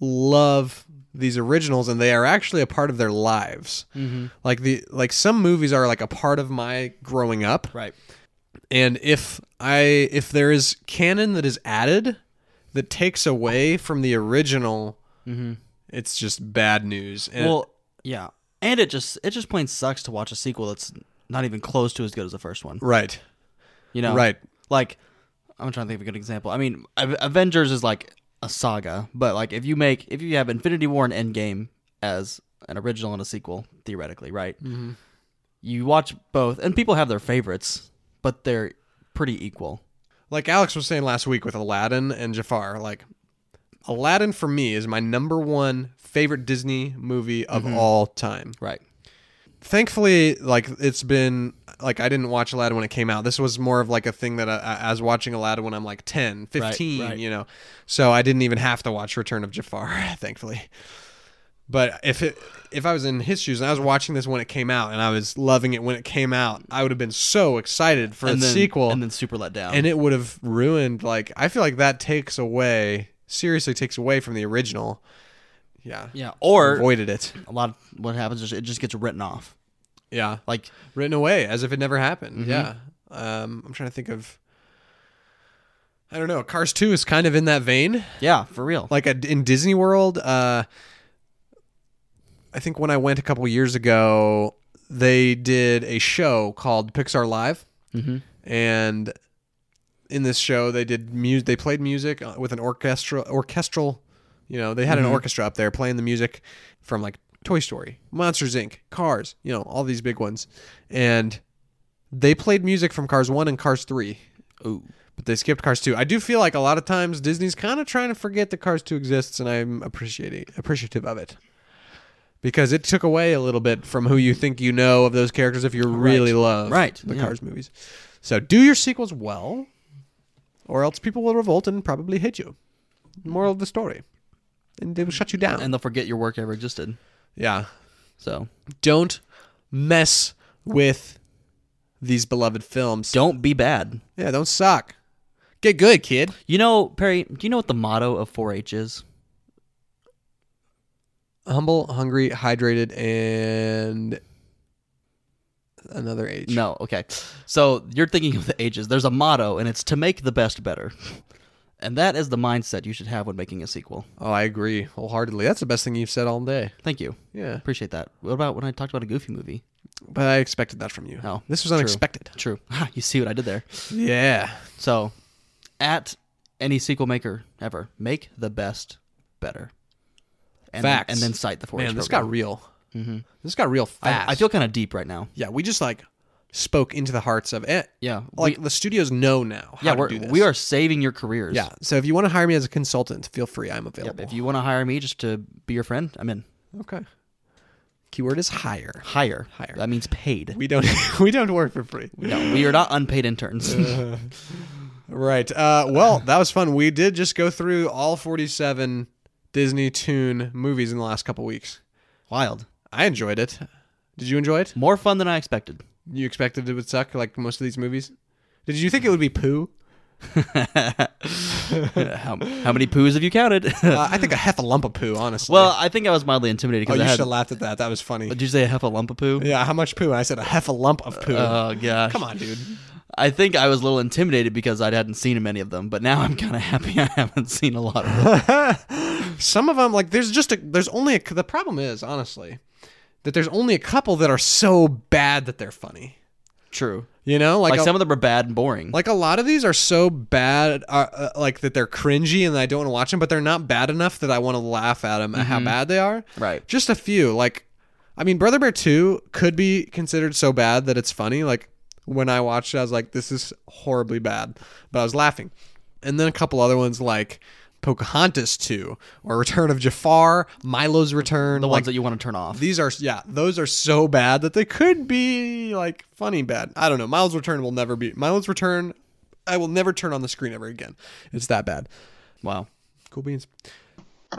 Speaker 2: love these originals and they are actually a part of their lives
Speaker 1: Mm-hmm.
Speaker 2: like the like some movies are like a part of my growing up
Speaker 1: Right.
Speaker 2: and if i if there is canon that is added that takes away from the original it's just bad news and
Speaker 1: Mm-hmm. Well, yeah. And it just it just plain sucks to watch a sequel that's not even close to as good as the first one.
Speaker 2: right
Speaker 1: You know,
Speaker 2: Right.
Speaker 1: Like, I'm trying to think of a good example. I mean, A- Avengers is like a saga, but like if you make if you have Infinity War and Endgame as an original and a sequel, theoretically, right? Mm-hmm. You watch both, and people have their favorites, but they're pretty equal.
Speaker 2: like Alex was saying last week with Aladdin and Jafar, like Aladdin for me is my number one favorite Disney movie of
Speaker 1: Mm-hmm.
Speaker 2: all time.
Speaker 1: Right.
Speaker 2: Thankfully, like it's been like I didn't watch Aladdin when it came out. This was more of like a thing that I, I I was watching Aladdin when I'm like 10, 15,
Speaker 1: right.
Speaker 2: you know. So I didn't even have to watch Return of Jafar, thankfully. But if it if I was in his shoes and I was watching this when it came out and I was loving it when it came out, I would have been so excited for
Speaker 1: and
Speaker 2: the
Speaker 1: then,
Speaker 2: sequel
Speaker 1: and then super let down.
Speaker 2: and it would have ruined like i feel like that takes away seriously takes away from the original yeah
Speaker 1: yeah, or
Speaker 2: avoided it
Speaker 1: a lot. Of what happens is it just gets written off.
Speaker 2: yeah like
Speaker 1: Like
Speaker 2: written away as if it never happened yeah um i'm trying to think of i don't know cars 2 is kind of in that vein
Speaker 1: Yeah, for real.
Speaker 2: like a, in disney world uh i think when i went a couple years ago they did a show called pixar live and in this show they did music they played music uh, with an orchestral orchestral you know they had an orchestra up there playing the music from like toy story monsters inc cars you know all these big ones and they played music from cars 1 and cars 3
Speaker 1: Ooh.
Speaker 2: but they skipped cars 2 i do feel like a lot of times disney's kind of trying to forget that cars 2 exists and i'm appreciating appreciative of it because it took away a little bit from who you think you know of those characters if you really love
Speaker 1: Right,
Speaker 2: the
Speaker 1: yeah.
Speaker 2: cars movies so do your sequels well or else people will revolt and probably hate you moral of the story and they will shut you down
Speaker 1: and they'll forget your work ever existed.
Speaker 2: yeah
Speaker 1: So
Speaker 2: don't mess with these beloved films
Speaker 1: don't be bad.
Speaker 2: yeah don't suck get good kid
Speaker 1: You know, Perry, do you know what the motto of 4 H is?
Speaker 2: humble, hungry, hydrated, and another H.
Speaker 1: No, okay. So you're thinking of the ages. There's a motto, and it's to make the best better. And that is the mindset you should have when making a sequel.
Speaker 2: Oh, I agree wholeheartedly. That's the best thing you've said all day.
Speaker 1: Thank you.
Speaker 2: Yeah,
Speaker 1: Appreciate that. What about when I talked about a goofy movie?
Speaker 2: but I expected that from you.
Speaker 1: Oh,
Speaker 2: this was
Speaker 1: true.
Speaker 2: unexpected.
Speaker 1: True. Ha, Ah, you see what I did there.
Speaker 2: Yeah,
Speaker 1: So, at any sequel maker ever, make the best better. And,
Speaker 2: Facts.
Speaker 1: And then cite the 4 H.
Speaker 2: man, this got real. This got real fast.
Speaker 1: I, I feel kind of deep right now.
Speaker 2: Mm-hmm. yeah, we just like spoke into the hearts of it.
Speaker 1: Yeah,
Speaker 2: like the studios know now. How
Speaker 1: Yeah,
Speaker 2: to
Speaker 1: we're,
Speaker 2: do this.
Speaker 1: we are saving your careers.
Speaker 2: Yeah, so if you want to hire me as a consultant, feel free. I'm
Speaker 1: Yep,
Speaker 2: available.
Speaker 1: if you want to hire me just to be your friend, I'm in.
Speaker 2: okay. Keyword is hire.
Speaker 1: Hire.
Speaker 2: Hire.
Speaker 1: That means paid.
Speaker 2: We don't we don't work for free.
Speaker 1: no, we are not unpaid interns.
Speaker 2: Right. Uh, well, that was fun. We did just go through all 47 Disney Toon movies in the last couple weeks.
Speaker 1: Wild.
Speaker 2: I enjoyed it. Did you enjoy it?
Speaker 1: More fun than I expected.
Speaker 2: You expected it would suck like most of these movies? Did you think it would be poo?
Speaker 1: How, how many poos have you counted?
Speaker 2: Uh, I think a heff a lump of poo, honestly.
Speaker 1: well, I think I was mildly intimidated
Speaker 2: oh,
Speaker 1: because
Speaker 2: you
Speaker 1: I
Speaker 2: should
Speaker 1: had.
Speaker 2: have laughed at that. That was funny.
Speaker 1: Did you say a heffalumpa poo?
Speaker 2: Yeah, how much poo? And I said a heff a lump of poo.
Speaker 1: Oh gosh.
Speaker 2: Come on, dude.
Speaker 1: I think I was a little intimidated because I hadn't seen many of them, but now I'm kind of happy I haven't seen a lot of them.
Speaker 2: Some of them, like, there's just a, there's only a, the problem is, honestly, that there's only a couple that are so bad that they're funny.
Speaker 1: True.
Speaker 2: You know, like,
Speaker 1: Like
Speaker 2: a,
Speaker 1: some of them are bad and boring.
Speaker 2: like a lot of these are so bad, uh, uh, like that they're cringy and I don't want to watch them, but they're not bad enough that I want to laugh at them at how bad they are.
Speaker 1: Mm-hmm. Right.
Speaker 2: Just a few. Like, I mean, Brother Bear 2 could be considered so bad that it's funny. Like, when I watched it, I was like, this is horribly bad, but I was laughing. And then a couple other ones like Pocahontas 2 or Return of Jafar, Milo's Return.
Speaker 1: the
Speaker 2: like,
Speaker 1: ones that you want to turn off.
Speaker 2: these are yeah, those are so bad that they could be like funny bad. I don't know. Miles Return will never be Miles Return. I will never turn on the screen ever again. It's that bad.
Speaker 1: wow.
Speaker 2: Cool beans.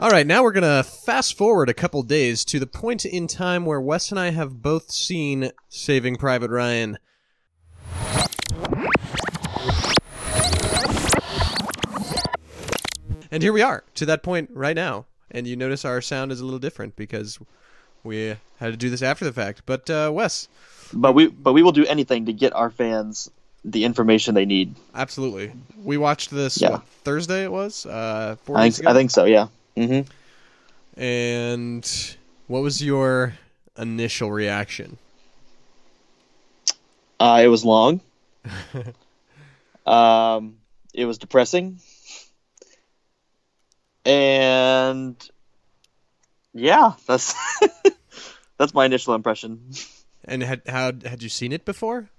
Speaker 2: All right, now we're gonna fast forward a couple days to the point in time where Wes and I have both seen Saving Private Ryan. And here we are to that point right now. And you notice our sound is a little different because we had to do this after the fact. But uh, Wes,
Speaker 8: But we but we will do anything to get our fans the information they need.
Speaker 2: absolutely, we watched this
Speaker 8: Yeah.
Speaker 2: what, Thursday. It was uh, four
Speaker 8: I
Speaker 2: weeks
Speaker 8: think,
Speaker 2: ago.
Speaker 8: I think so. Yeah. hmm
Speaker 2: And what was your initial reaction?
Speaker 8: Uh, it was long. um, it was depressing. And yeah, that's that's my initial impression.
Speaker 2: And had how had you seen it before?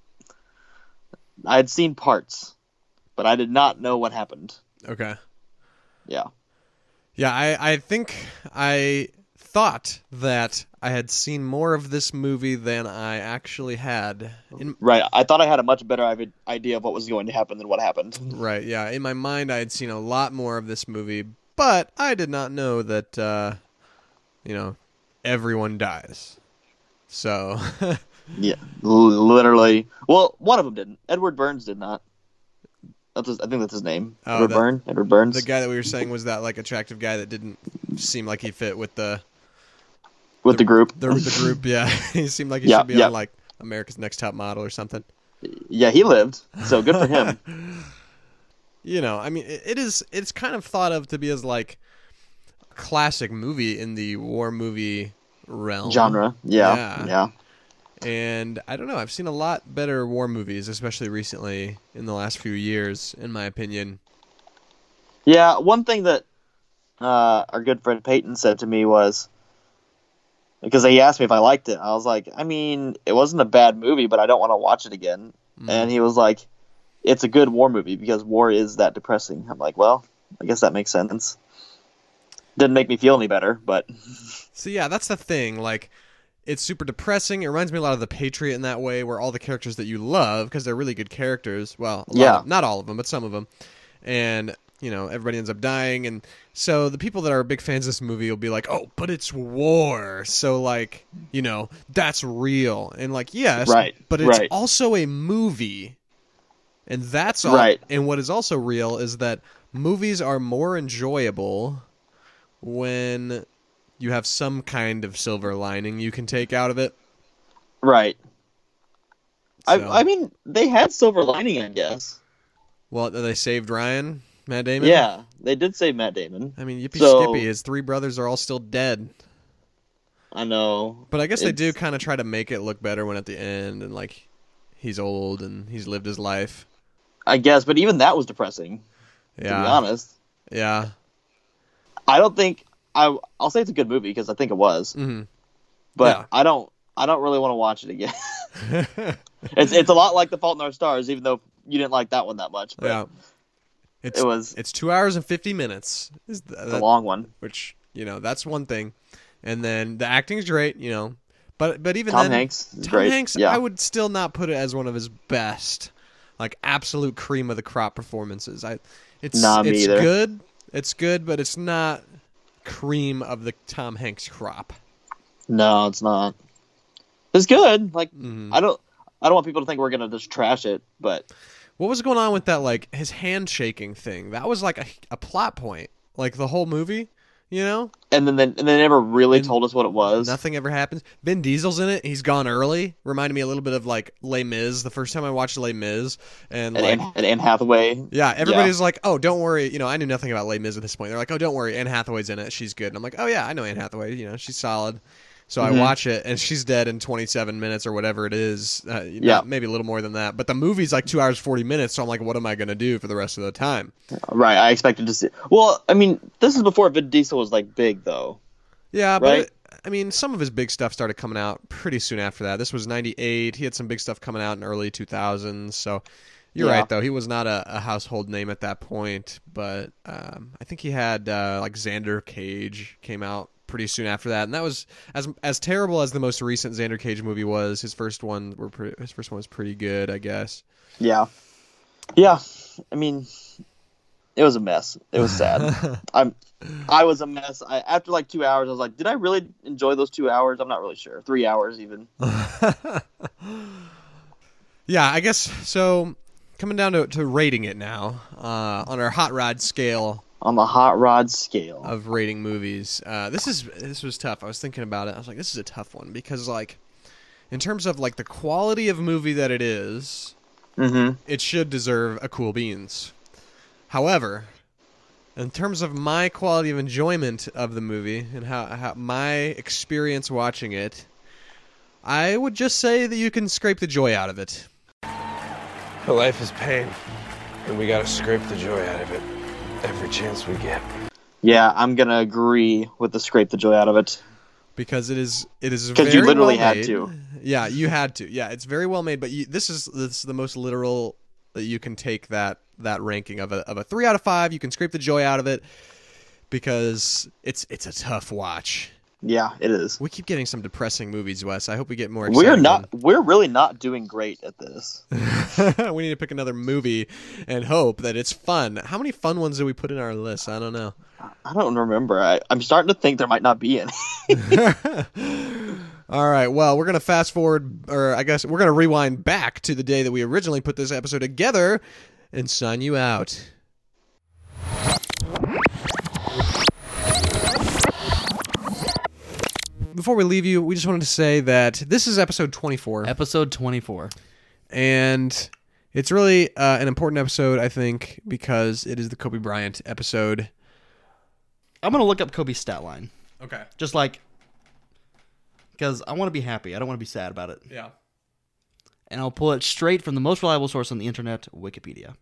Speaker 8: I had seen parts, but I did not know what happened.
Speaker 2: Okay.
Speaker 8: Yeah.
Speaker 2: Yeah, I, I think I thought that I had seen more of this movie than I actually had. In,
Speaker 8: Right. I thought I had a much better i- idea of what was going to happen than what happened.
Speaker 2: right, yeah. In my mind, I had seen a lot more of this movie, but I did not know that, uh, you know, everyone dies. So,
Speaker 8: Yeah. L- literally. Well, one of them didn't. Edward Burns did not. That's his, I think that's his name.
Speaker 2: Oh,
Speaker 8: Edward
Speaker 2: that-
Speaker 8: Burns. Edward Burns.
Speaker 2: the guy that we were saying was that, like, attractive guy that didn't seem like he fit with the,
Speaker 8: with the, group.
Speaker 2: the, the group. Yeah, he seemed like he
Speaker 8: Yeah,
Speaker 2: should be
Speaker 8: yeah.
Speaker 2: on, like, America's Next Top Model or something.
Speaker 8: Yeah, he lived. So good for him.
Speaker 2: you know i mean it, it is it's kind of thought of to be as like classic movie in the war movie realm
Speaker 8: Genre. Yeah.
Speaker 2: Yeah.
Speaker 8: Yeah.
Speaker 2: and i don't know i've seen a lot better war movies especially recently in the last few years in my opinion
Speaker 8: Yeah, one thing that uh, our good friend Peyton said to me was because he asked me if I liked it. I was like, I mean, it wasn't a bad movie, but I don't want to watch it again.
Speaker 2: Mm-hmm.
Speaker 8: And he was like, it's a good war movie because war is that depressing. I'm like, well, I guess that makes sense. Didn't make me feel any better, but
Speaker 2: so yeah that's the thing like it's super depressing it reminds me a lot of the patriot in that way where all the characters that you love because they're really good characters well a lot
Speaker 8: Yeah.
Speaker 2: of- not all of them but some of them and you know everybody ends up dying and so the people that are big fans of this movie will be like oh but it's war so like you know that's real and like yes
Speaker 8: Right,
Speaker 2: but it's
Speaker 8: right.
Speaker 2: also a movie and that's all
Speaker 8: Right.
Speaker 2: and what is also real is that movies are more enjoyable when you have some kind of silver lining you can take out of it
Speaker 8: right.
Speaker 2: So-
Speaker 8: I, I mean, they had silver lining, I guess.
Speaker 2: well they saved ryan matt damon
Speaker 8: Yeah, they did save Matt Damon.
Speaker 2: i mean yippee
Speaker 8: So-
Speaker 2: skippy his three brothers are all still dead
Speaker 8: I know.
Speaker 2: But I guess they do
Speaker 8: It's-
Speaker 2: kind of try to make it look better when at the end and like he's old and he's lived his life.
Speaker 8: I guess, but even that was depressing.
Speaker 2: Yeah.
Speaker 8: To be honest.
Speaker 2: Yeah.
Speaker 8: I don't think I. I'll say it's a good movie because I think it was,
Speaker 2: Mhm.
Speaker 8: but
Speaker 2: Yeah.
Speaker 8: I don't. I don't really want to watch it again. it's it's a lot like The Fault in Our Stars, even though you didn't like that one that much. But
Speaker 2: Yeah. It's
Speaker 8: it was
Speaker 2: it's 2 hours and 50 minutes. Is th-
Speaker 8: a
Speaker 2: that-
Speaker 8: long one.
Speaker 2: which, you know, that's one thing. And then the acting's great, you know. But but even
Speaker 8: Tom
Speaker 2: then
Speaker 8: Hanks, is
Speaker 2: Tom
Speaker 8: great.
Speaker 2: Hanks
Speaker 8: yeah,
Speaker 2: I would still not put it as one of his best. Like absolute cream of the crop performances. I it's
Speaker 8: Nah, me
Speaker 2: it's
Speaker 8: either.
Speaker 2: good. It's good, but it's not cream of the Tom Hanks crop.
Speaker 8: no, it's not. It's good. Like
Speaker 2: Mhm.
Speaker 8: I don't. I don't want people to think we're gonna just trash it, but
Speaker 2: What was going on with that, like his hand shaking thing? That was like a, a plot point, like the whole movie. You know,
Speaker 8: and then they, and they never really
Speaker 2: And
Speaker 8: told us what it was.
Speaker 2: nothing ever happens. Vin Diesel's in it. He's gone early. Reminded me a little bit of like Les Mis. The first time I watched Les Mis, and
Speaker 8: And
Speaker 2: like
Speaker 8: Anne, and Anne Hathaway.
Speaker 2: yeah, everybody's like, oh, don't worry. You know, I knew nothing about Les Mis at this point. They're like, oh, don't worry. Anne Hathaway's in it. She's good. And I'm like, oh yeah, I know Anne Hathaway. You know, she's solid. So I watch it, and she's dead in 27 minutes or whatever it is. Uh, yeah,
Speaker 8: Yeah.
Speaker 2: maybe a little more than that. But the movie's like two hours 40 minutes, so I'm like, what am I gonna do for the rest of the time?
Speaker 8: Right, I expected to see. Well, I mean, this is before Vin Diesel was like big though.
Speaker 2: Yeah, but
Speaker 8: Right?
Speaker 2: it- I mean, some of his big stuff started coming out pretty soon after that. This was '98. He had some big stuff coming out in early 2000s. So you're
Speaker 8: Yeah.
Speaker 2: right, though. He was not a, a household name at that point, but um, I think he had uh, like Xander Cage came out pretty soon after that, and that was as as terrible as the most recent Xander Cage movie was. His first one were pre- his first one was pretty good, I guess.
Speaker 8: Yeah, yeah. I mean, it was a mess. It was sad. I'm, I was a mess. I after like two hours, I was like, did I really enjoy those two hours? I'm not really sure. Three hours even.
Speaker 2: Yeah, I guess so. Coming down to, to rating it now uh, on our hot rod scale
Speaker 8: on the hot rod scale.
Speaker 2: of rating movies. Uh, this is this was tough. I was thinking about it. I was like, this is a tough one because like, in terms of like the quality of movie that it is,
Speaker 8: mm-hmm.
Speaker 2: it should deserve a cool beans. However, in terms of my quality of enjoyment of the movie and how, how my experience watching it, I would just say that you can scrape the joy out of it.
Speaker 9: But life is pain, and we gotta scrape the joy out of it every chance we get.
Speaker 8: Yeah, I'm gonna agree with the scrape the joy out of it.
Speaker 2: because it is it is
Speaker 8: 'Cause you
Speaker 2: very
Speaker 8: literally
Speaker 2: well
Speaker 8: had
Speaker 2: made.
Speaker 8: to.
Speaker 2: Yeah, you had to. Yeah, it's very well made, but you, this is this is the most literal that you can take that that ranking of a of a three out of five. You can scrape the joy out of it because it's it's a tough watch.
Speaker 8: Yeah, it is.
Speaker 2: We keep getting some depressing movies, Wes. I hope we get more.
Speaker 8: We're
Speaker 2: exciting
Speaker 8: not. We're really not doing great at this.
Speaker 2: one. we need to pick another movie and hope that it's fun. How many fun ones do we put in our list? I don't know.
Speaker 8: I don't remember. I, I'm starting to think there might not be any.
Speaker 2: All right. Well, we're going to fast forward, or I guess we're going to rewind back to the day that we originally put this episode together and sign you out. Before we leave you, we just wanted to say that this is episode 24,
Speaker 1: Episode 24.
Speaker 2: and it's really uh, an important episode, I think, because it is the Kobe Bryant episode.
Speaker 1: I'm going to look up Kobe's stat line.
Speaker 2: Okay.
Speaker 1: Just like, because I want to be happy. I don't want to be sad about it.
Speaker 2: Yeah.
Speaker 1: And I'll pull it straight from the most reliable source on the internet, Wikipedia.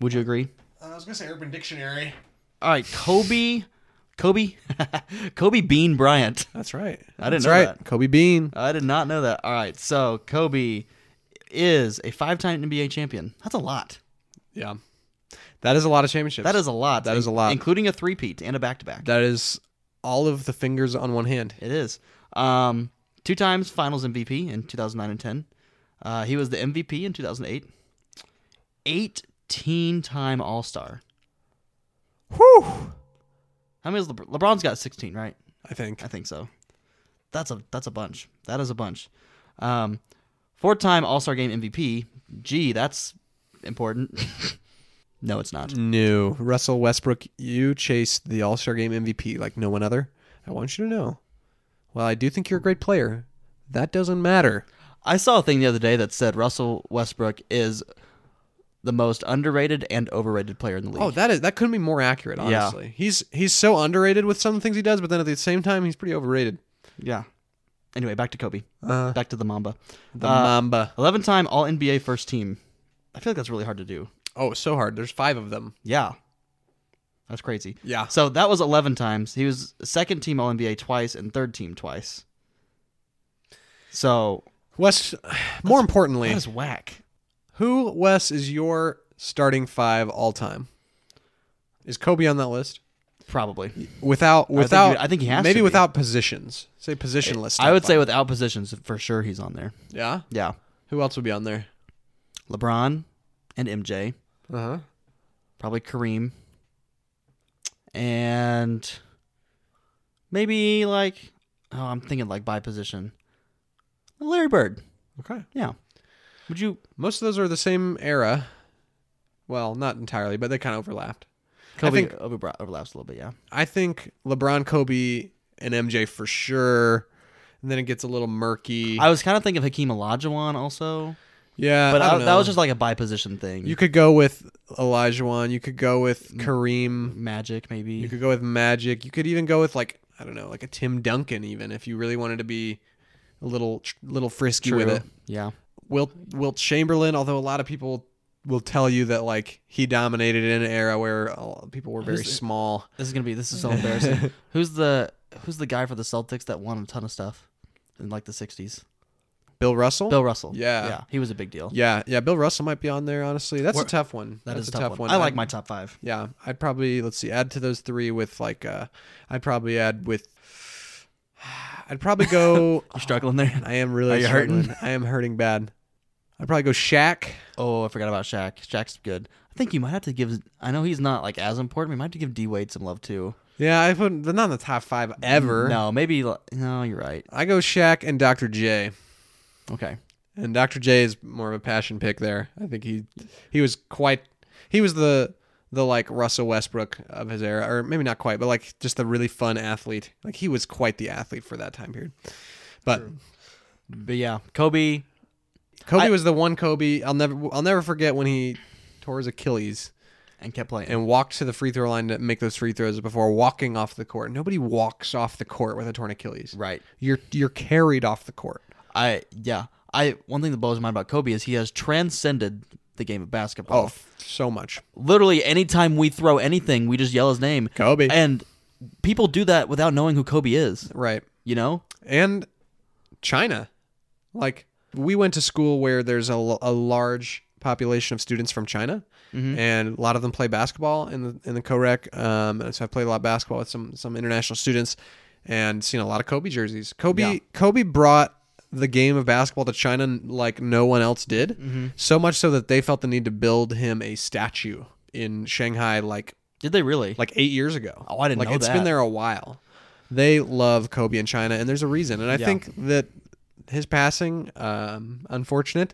Speaker 1: Would you agree?
Speaker 2: Uh, I was going to say Urban Dictionary.
Speaker 1: All right, Kobe, Kobe, Kobe Bean Bryant.
Speaker 2: That's right.
Speaker 1: I didn't
Speaker 2: That's
Speaker 1: know
Speaker 2: right.
Speaker 1: that.
Speaker 2: Kobe Bean.
Speaker 1: I did not know that. All right, so Kobe is a five-time NBA champion. That's a lot.
Speaker 2: Yeah. That is a lot of championships.
Speaker 1: That is a lot.
Speaker 2: That is a lot.
Speaker 1: including a three-peat and a back-to-back.
Speaker 2: That is all of the fingers on one hand.
Speaker 1: it is. Um, two times Finals MVP in 2009 and 10. Uh, he was the MVP in 2008. 18-time All-Star.
Speaker 2: Whew.
Speaker 1: How many is LeBron? LeBron's got 16, right?
Speaker 2: I think.
Speaker 1: I think so. That's a that's a bunch. That is a bunch. Um, four time All Star Game MVP. Gee, that's important. no, it's not.
Speaker 2: No. Russell Westbrook, you chased the All Star Game MVP like no one other. I want you to know. Well, I do think you're a great player. That doesn't matter.
Speaker 1: I saw a thing the other day that said Russell Westbrook is the most underrated and overrated player in the league.
Speaker 2: Oh, that is that couldn't be more accurate,
Speaker 1: Yeah.
Speaker 2: honestly. He's he's so underrated with some things he does, but then at the same time he's pretty overrated.
Speaker 1: yeah. Anyway, back to Kobe.
Speaker 2: Uh,
Speaker 1: Back to the Mamba.
Speaker 2: the
Speaker 1: Uh,
Speaker 2: Mamba.
Speaker 1: Eleven time All NBA first team. I feel like that's really hard to do.
Speaker 2: Oh, so hard. There's five of them.
Speaker 1: Yeah. That's crazy.
Speaker 2: Yeah.
Speaker 1: So that was 11 times. He was second team All NBA twice and third team twice. So
Speaker 2: Wes more importantly,
Speaker 1: that is whack.
Speaker 2: Who, Wes, is your starting five all time? Is Kobe on that list?
Speaker 1: Probably.
Speaker 2: Without without
Speaker 1: he- I think he has
Speaker 2: maybe
Speaker 1: to be.
Speaker 2: without positions. Say positionless.
Speaker 1: I would
Speaker 2: top
Speaker 1: say
Speaker 2: five.
Speaker 1: without positions, for sure he's on there.
Speaker 2: Yeah.
Speaker 1: Yeah.
Speaker 2: Who else would be on there?
Speaker 1: LeBron and MJ.
Speaker 2: Uh huh.
Speaker 1: Probably Kareem. And maybe like, oh, I'm thinking like by position. Larry Bird.
Speaker 2: Okay.
Speaker 1: Yeah. Would you?
Speaker 2: Most of those are the same era. Well, not entirely, but they kind of overlapped.
Speaker 1: Kobe
Speaker 2: think-
Speaker 1: overbra- overlaps a little bit, yeah.
Speaker 2: I think LeBron, Kobe, and MJ for sure. And then it gets a little murky.
Speaker 1: I was kind of thinking of Hakeem Olajuwon also.
Speaker 2: yeah,
Speaker 1: But
Speaker 2: I
Speaker 1: I
Speaker 2: don't
Speaker 1: that was
Speaker 2: know.
Speaker 1: just like a by position thing.
Speaker 2: you could go with Elijah You could go with Kareem.
Speaker 1: Mm. Magic, maybe.
Speaker 2: You could go with Magic. You could even go with like I don't know, like a Tim Duncan, even if you really wanted to be a little little frisky with it.
Speaker 1: Yeah.
Speaker 2: Wilt Wilt Chamberlain, although a lot of people will tell you that like he dominated in an era where uh, people were very
Speaker 1: Who's the-
Speaker 2: small.
Speaker 1: This is gonna be this is so embarrassing. who's the who's the guy for the Celtics that won a ton of stuff in like the sixties?
Speaker 2: Bill Russell.
Speaker 1: Bill Russell.
Speaker 2: Yeah.
Speaker 1: Yeah. He was a big deal.
Speaker 2: yeah, yeah. Bill Russell might be on there. Honestly, that's
Speaker 1: We're-
Speaker 2: a tough one.
Speaker 1: That is
Speaker 2: that's a tough one.
Speaker 1: I like
Speaker 2: I'd-
Speaker 1: my top five.
Speaker 2: Yeah, I'd probably let's see, add to those three with like uh I'd probably add with I'd probably go
Speaker 1: You're struggling there.
Speaker 2: I am really
Speaker 1: Are you hurting?
Speaker 2: struggling. I am hurting bad. I'd probably go Shaq.
Speaker 1: Oh, I forgot about Shaq. Shaq's good. I think you might have to give. I know he's not like as important. We might have to give D Wade some love too.
Speaker 2: Yeah, I put they're not in the top five ever.
Speaker 1: No, maybe. li- No, you're right.
Speaker 2: I go Shaq and Dr. J.
Speaker 1: Okay.
Speaker 2: And Dr. J is more of a passion pick there. I think he he was quite he was the the like Russell Westbrook of his era, or maybe not quite, but like just a really fun athlete. Like he was quite the athlete for that time period. But Mm-hmm.
Speaker 1: But yeah, Kobe.
Speaker 2: Kobe
Speaker 1: I-
Speaker 2: was the one Kobe I'll never I'll never forget when he tore his Achilles
Speaker 1: And kept playing.
Speaker 2: and walked to the free throw line to make those free throws before walking off the court. Nobody walks off the court with a torn Achilles.
Speaker 1: right.
Speaker 2: You're you're carried off the court.
Speaker 1: I yeah. I one thing that blows my mind about Kobe is he has transcended the game of basketball.
Speaker 2: Oh, f- so much.
Speaker 1: Literally, anytime we throw anything, we just yell his name.
Speaker 2: Oh. Kobe.
Speaker 1: And people do that without knowing who Kobe is.
Speaker 2: Right.
Speaker 1: You know.
Speaker 2: And China. Like we went to school where there's a, l- a large population of students from China and a lot of them play basketball in the in the co-rec um and so I played a lot of basketball with some some international students and seen a lot of Kobe jerseys. Kobe
Speaker 1: Yeah.
Speaker 2: Kobe brought the game of basketball to China like no one else did. So much so that they felt the need to build him a statue in Shanghai like
Speaker 1: Did they really?
Speaker 2: like 8 years ago.
Speaker 1: Oh, I didn't
Speaker 2: like,
Speaker 1: know
Speaker 2: It's
Speaker 1: that.
Speaker 2: been there a while. They love Kobe in China and there's a reason. And I
Speaker 1: Yeah.
Speaker 2: think that his passing um unfortunate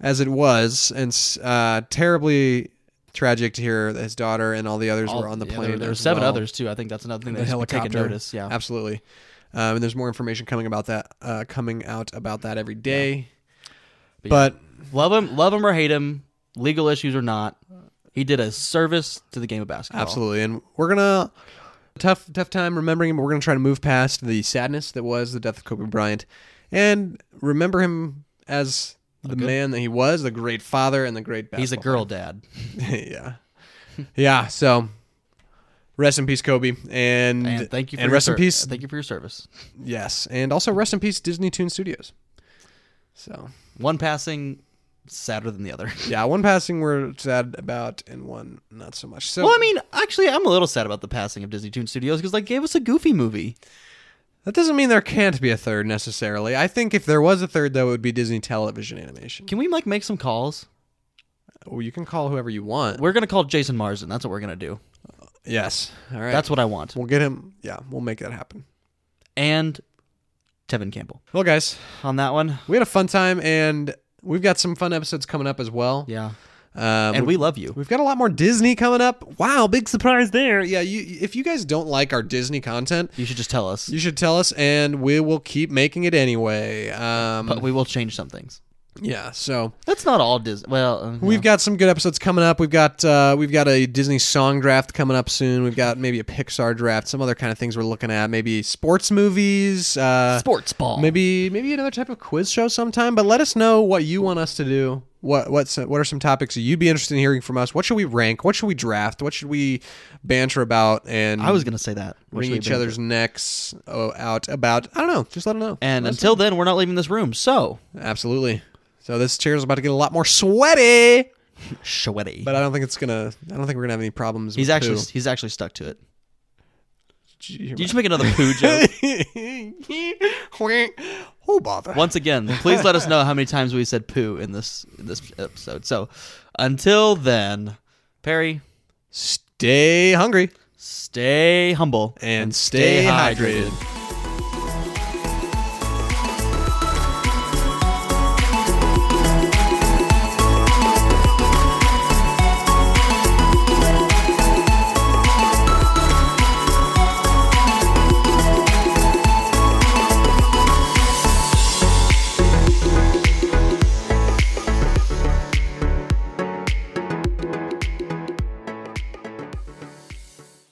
Speaker 2: as it was and s- uh terribly tragic to hear that his daughter and all the others
Speaker 1: All-
Speaker 2: were on the
Speaker 1: yeah, there-
Speaker 2: plane.
Speaker 1: There were
Speaker 2: as
Speaker 1: seven
Speaker 2: well.
Speaker 1: others too. I think that's another thing
Speaker 2: The
Speaker 1: that should be taken
Speaker 2: helicopter.
Speaker 1: notice. Yeah.
Speaker 2: Absolutely. Um, and there's more information coming about that, uh, coming out about that every day.
Speaker 1: But
Speaker 2: But,
Speaker 1: Love him, love him or hate him, legal issues or not, he did a service to the game of basketball.
Speaker 2: absolutely, and we're gonna tough tough time remembering him. But we're gonna try to move past the sadness that was the death of Kobe Bryant, and remember him as the man that he was, the great father and the great.
Speaker 1: He's a girl
Speaker 2: basketball
Speaker 1: dad.
Speaker 2: yeah. Yeah, so rest in peace, Kobe. And,
Speaker 1: And thank you for
Speaker 2: And
Speaker 1: your
Speaker 2: rest in
Speaker 1: ser-
Speaker 2: peace.
Speaker 1: Thank you for your service.
Speaker 2: yes. And also rest in peace, Disney Toon Studios. So
Speaker 1: One passing sadder than the other.
Speaker 2: yeah, one passing we're sad about and one not so much. So
Speaker 1: Well, I mean, actually, I'm a little sad about the passing of Disney Toon Studios because they gave us a Goofy movie.
Speaker 2: that doesn't mean there can't be a third necessarily. I think if there was a third though it would be Disney television animation.
Speaker 1: Can we like make some calls?
Speaker 2: Well, you can call whoever you want.
Speaker 1: We're gonna call Jason Marsden. That's what we're gonna do.
Speaker 2: yes. All right.
Speaker 1: That's what I want.
Speaker 2: we'll get him yeah, we'll make that happen.
Speaker 1: And Tevin Campbell
Speaker 2: Well guys,
Speaker 1: on that one.
Speaker 2: we had a fun time and we've got some fun episodes coming up as well.
Speaker 1: Yeah,
Speaker 2: Um,
Speaker 1: and we love you.
Speaker 2: We've got a lot more Disney coming up. Wow, big surprise there. Yeah, you if you guys don't like our Disney content,
Speaker 1: You should just tell us,
Speaker 2: you should tell us and we will keep making it anyway. Um
Speaker 1: but we will change some things.
Speaker 2: yeah, so
Speaker 1: That's not all Disney. Well, uh,
Speaker 2: we've got some good episodes coming up. We've got uh we've got a Disney song draft coming up soon. We've got maybe a Pixar draft, some other kind of things we're looking at, maybe sports movies, uh
Speaker 1: sports ball.
Speaker 2: Maybe maybe another type of quiz show sometime, but let us know what you want us to do. What what's what are some topics you'd be interested in hearing from us? What should we rank? What should we draft? What should we banter about? And
Speaker 1: I was gonna say that. What
Speaker 2: wring
Speaker 1: should we
Speaker 2: each
Speaker 1: bring
Speaker 2: other's necks oh, out about. I don't know. Just let them know.
Speaker 1: And until then, we're not leaving this room. So
Speaker 2: absolutely. So this chair is about to get a lot more sweaty,
Speaker 1: sweaty.
Speaker 2: but I don't think it's gonna. I don't think we're gonna have any problems.
Speaker 1: he's
Speaker 2: with
Speaker 1: actually
Speaker 2: poo.
Speaker 1: he's actually stuck to it.
Speaker 2: Did you hear
Speaker 1: Did you just make another poo joke?
Speaker 2: my- oh bother.
Speaker 1: Once again, please let us know how many times we said poo in this in this episode. So until then, Perry,
Speaker 2: Stay hungry
Speaker 1: stay humble
Speaker 2: and stay, hydrated.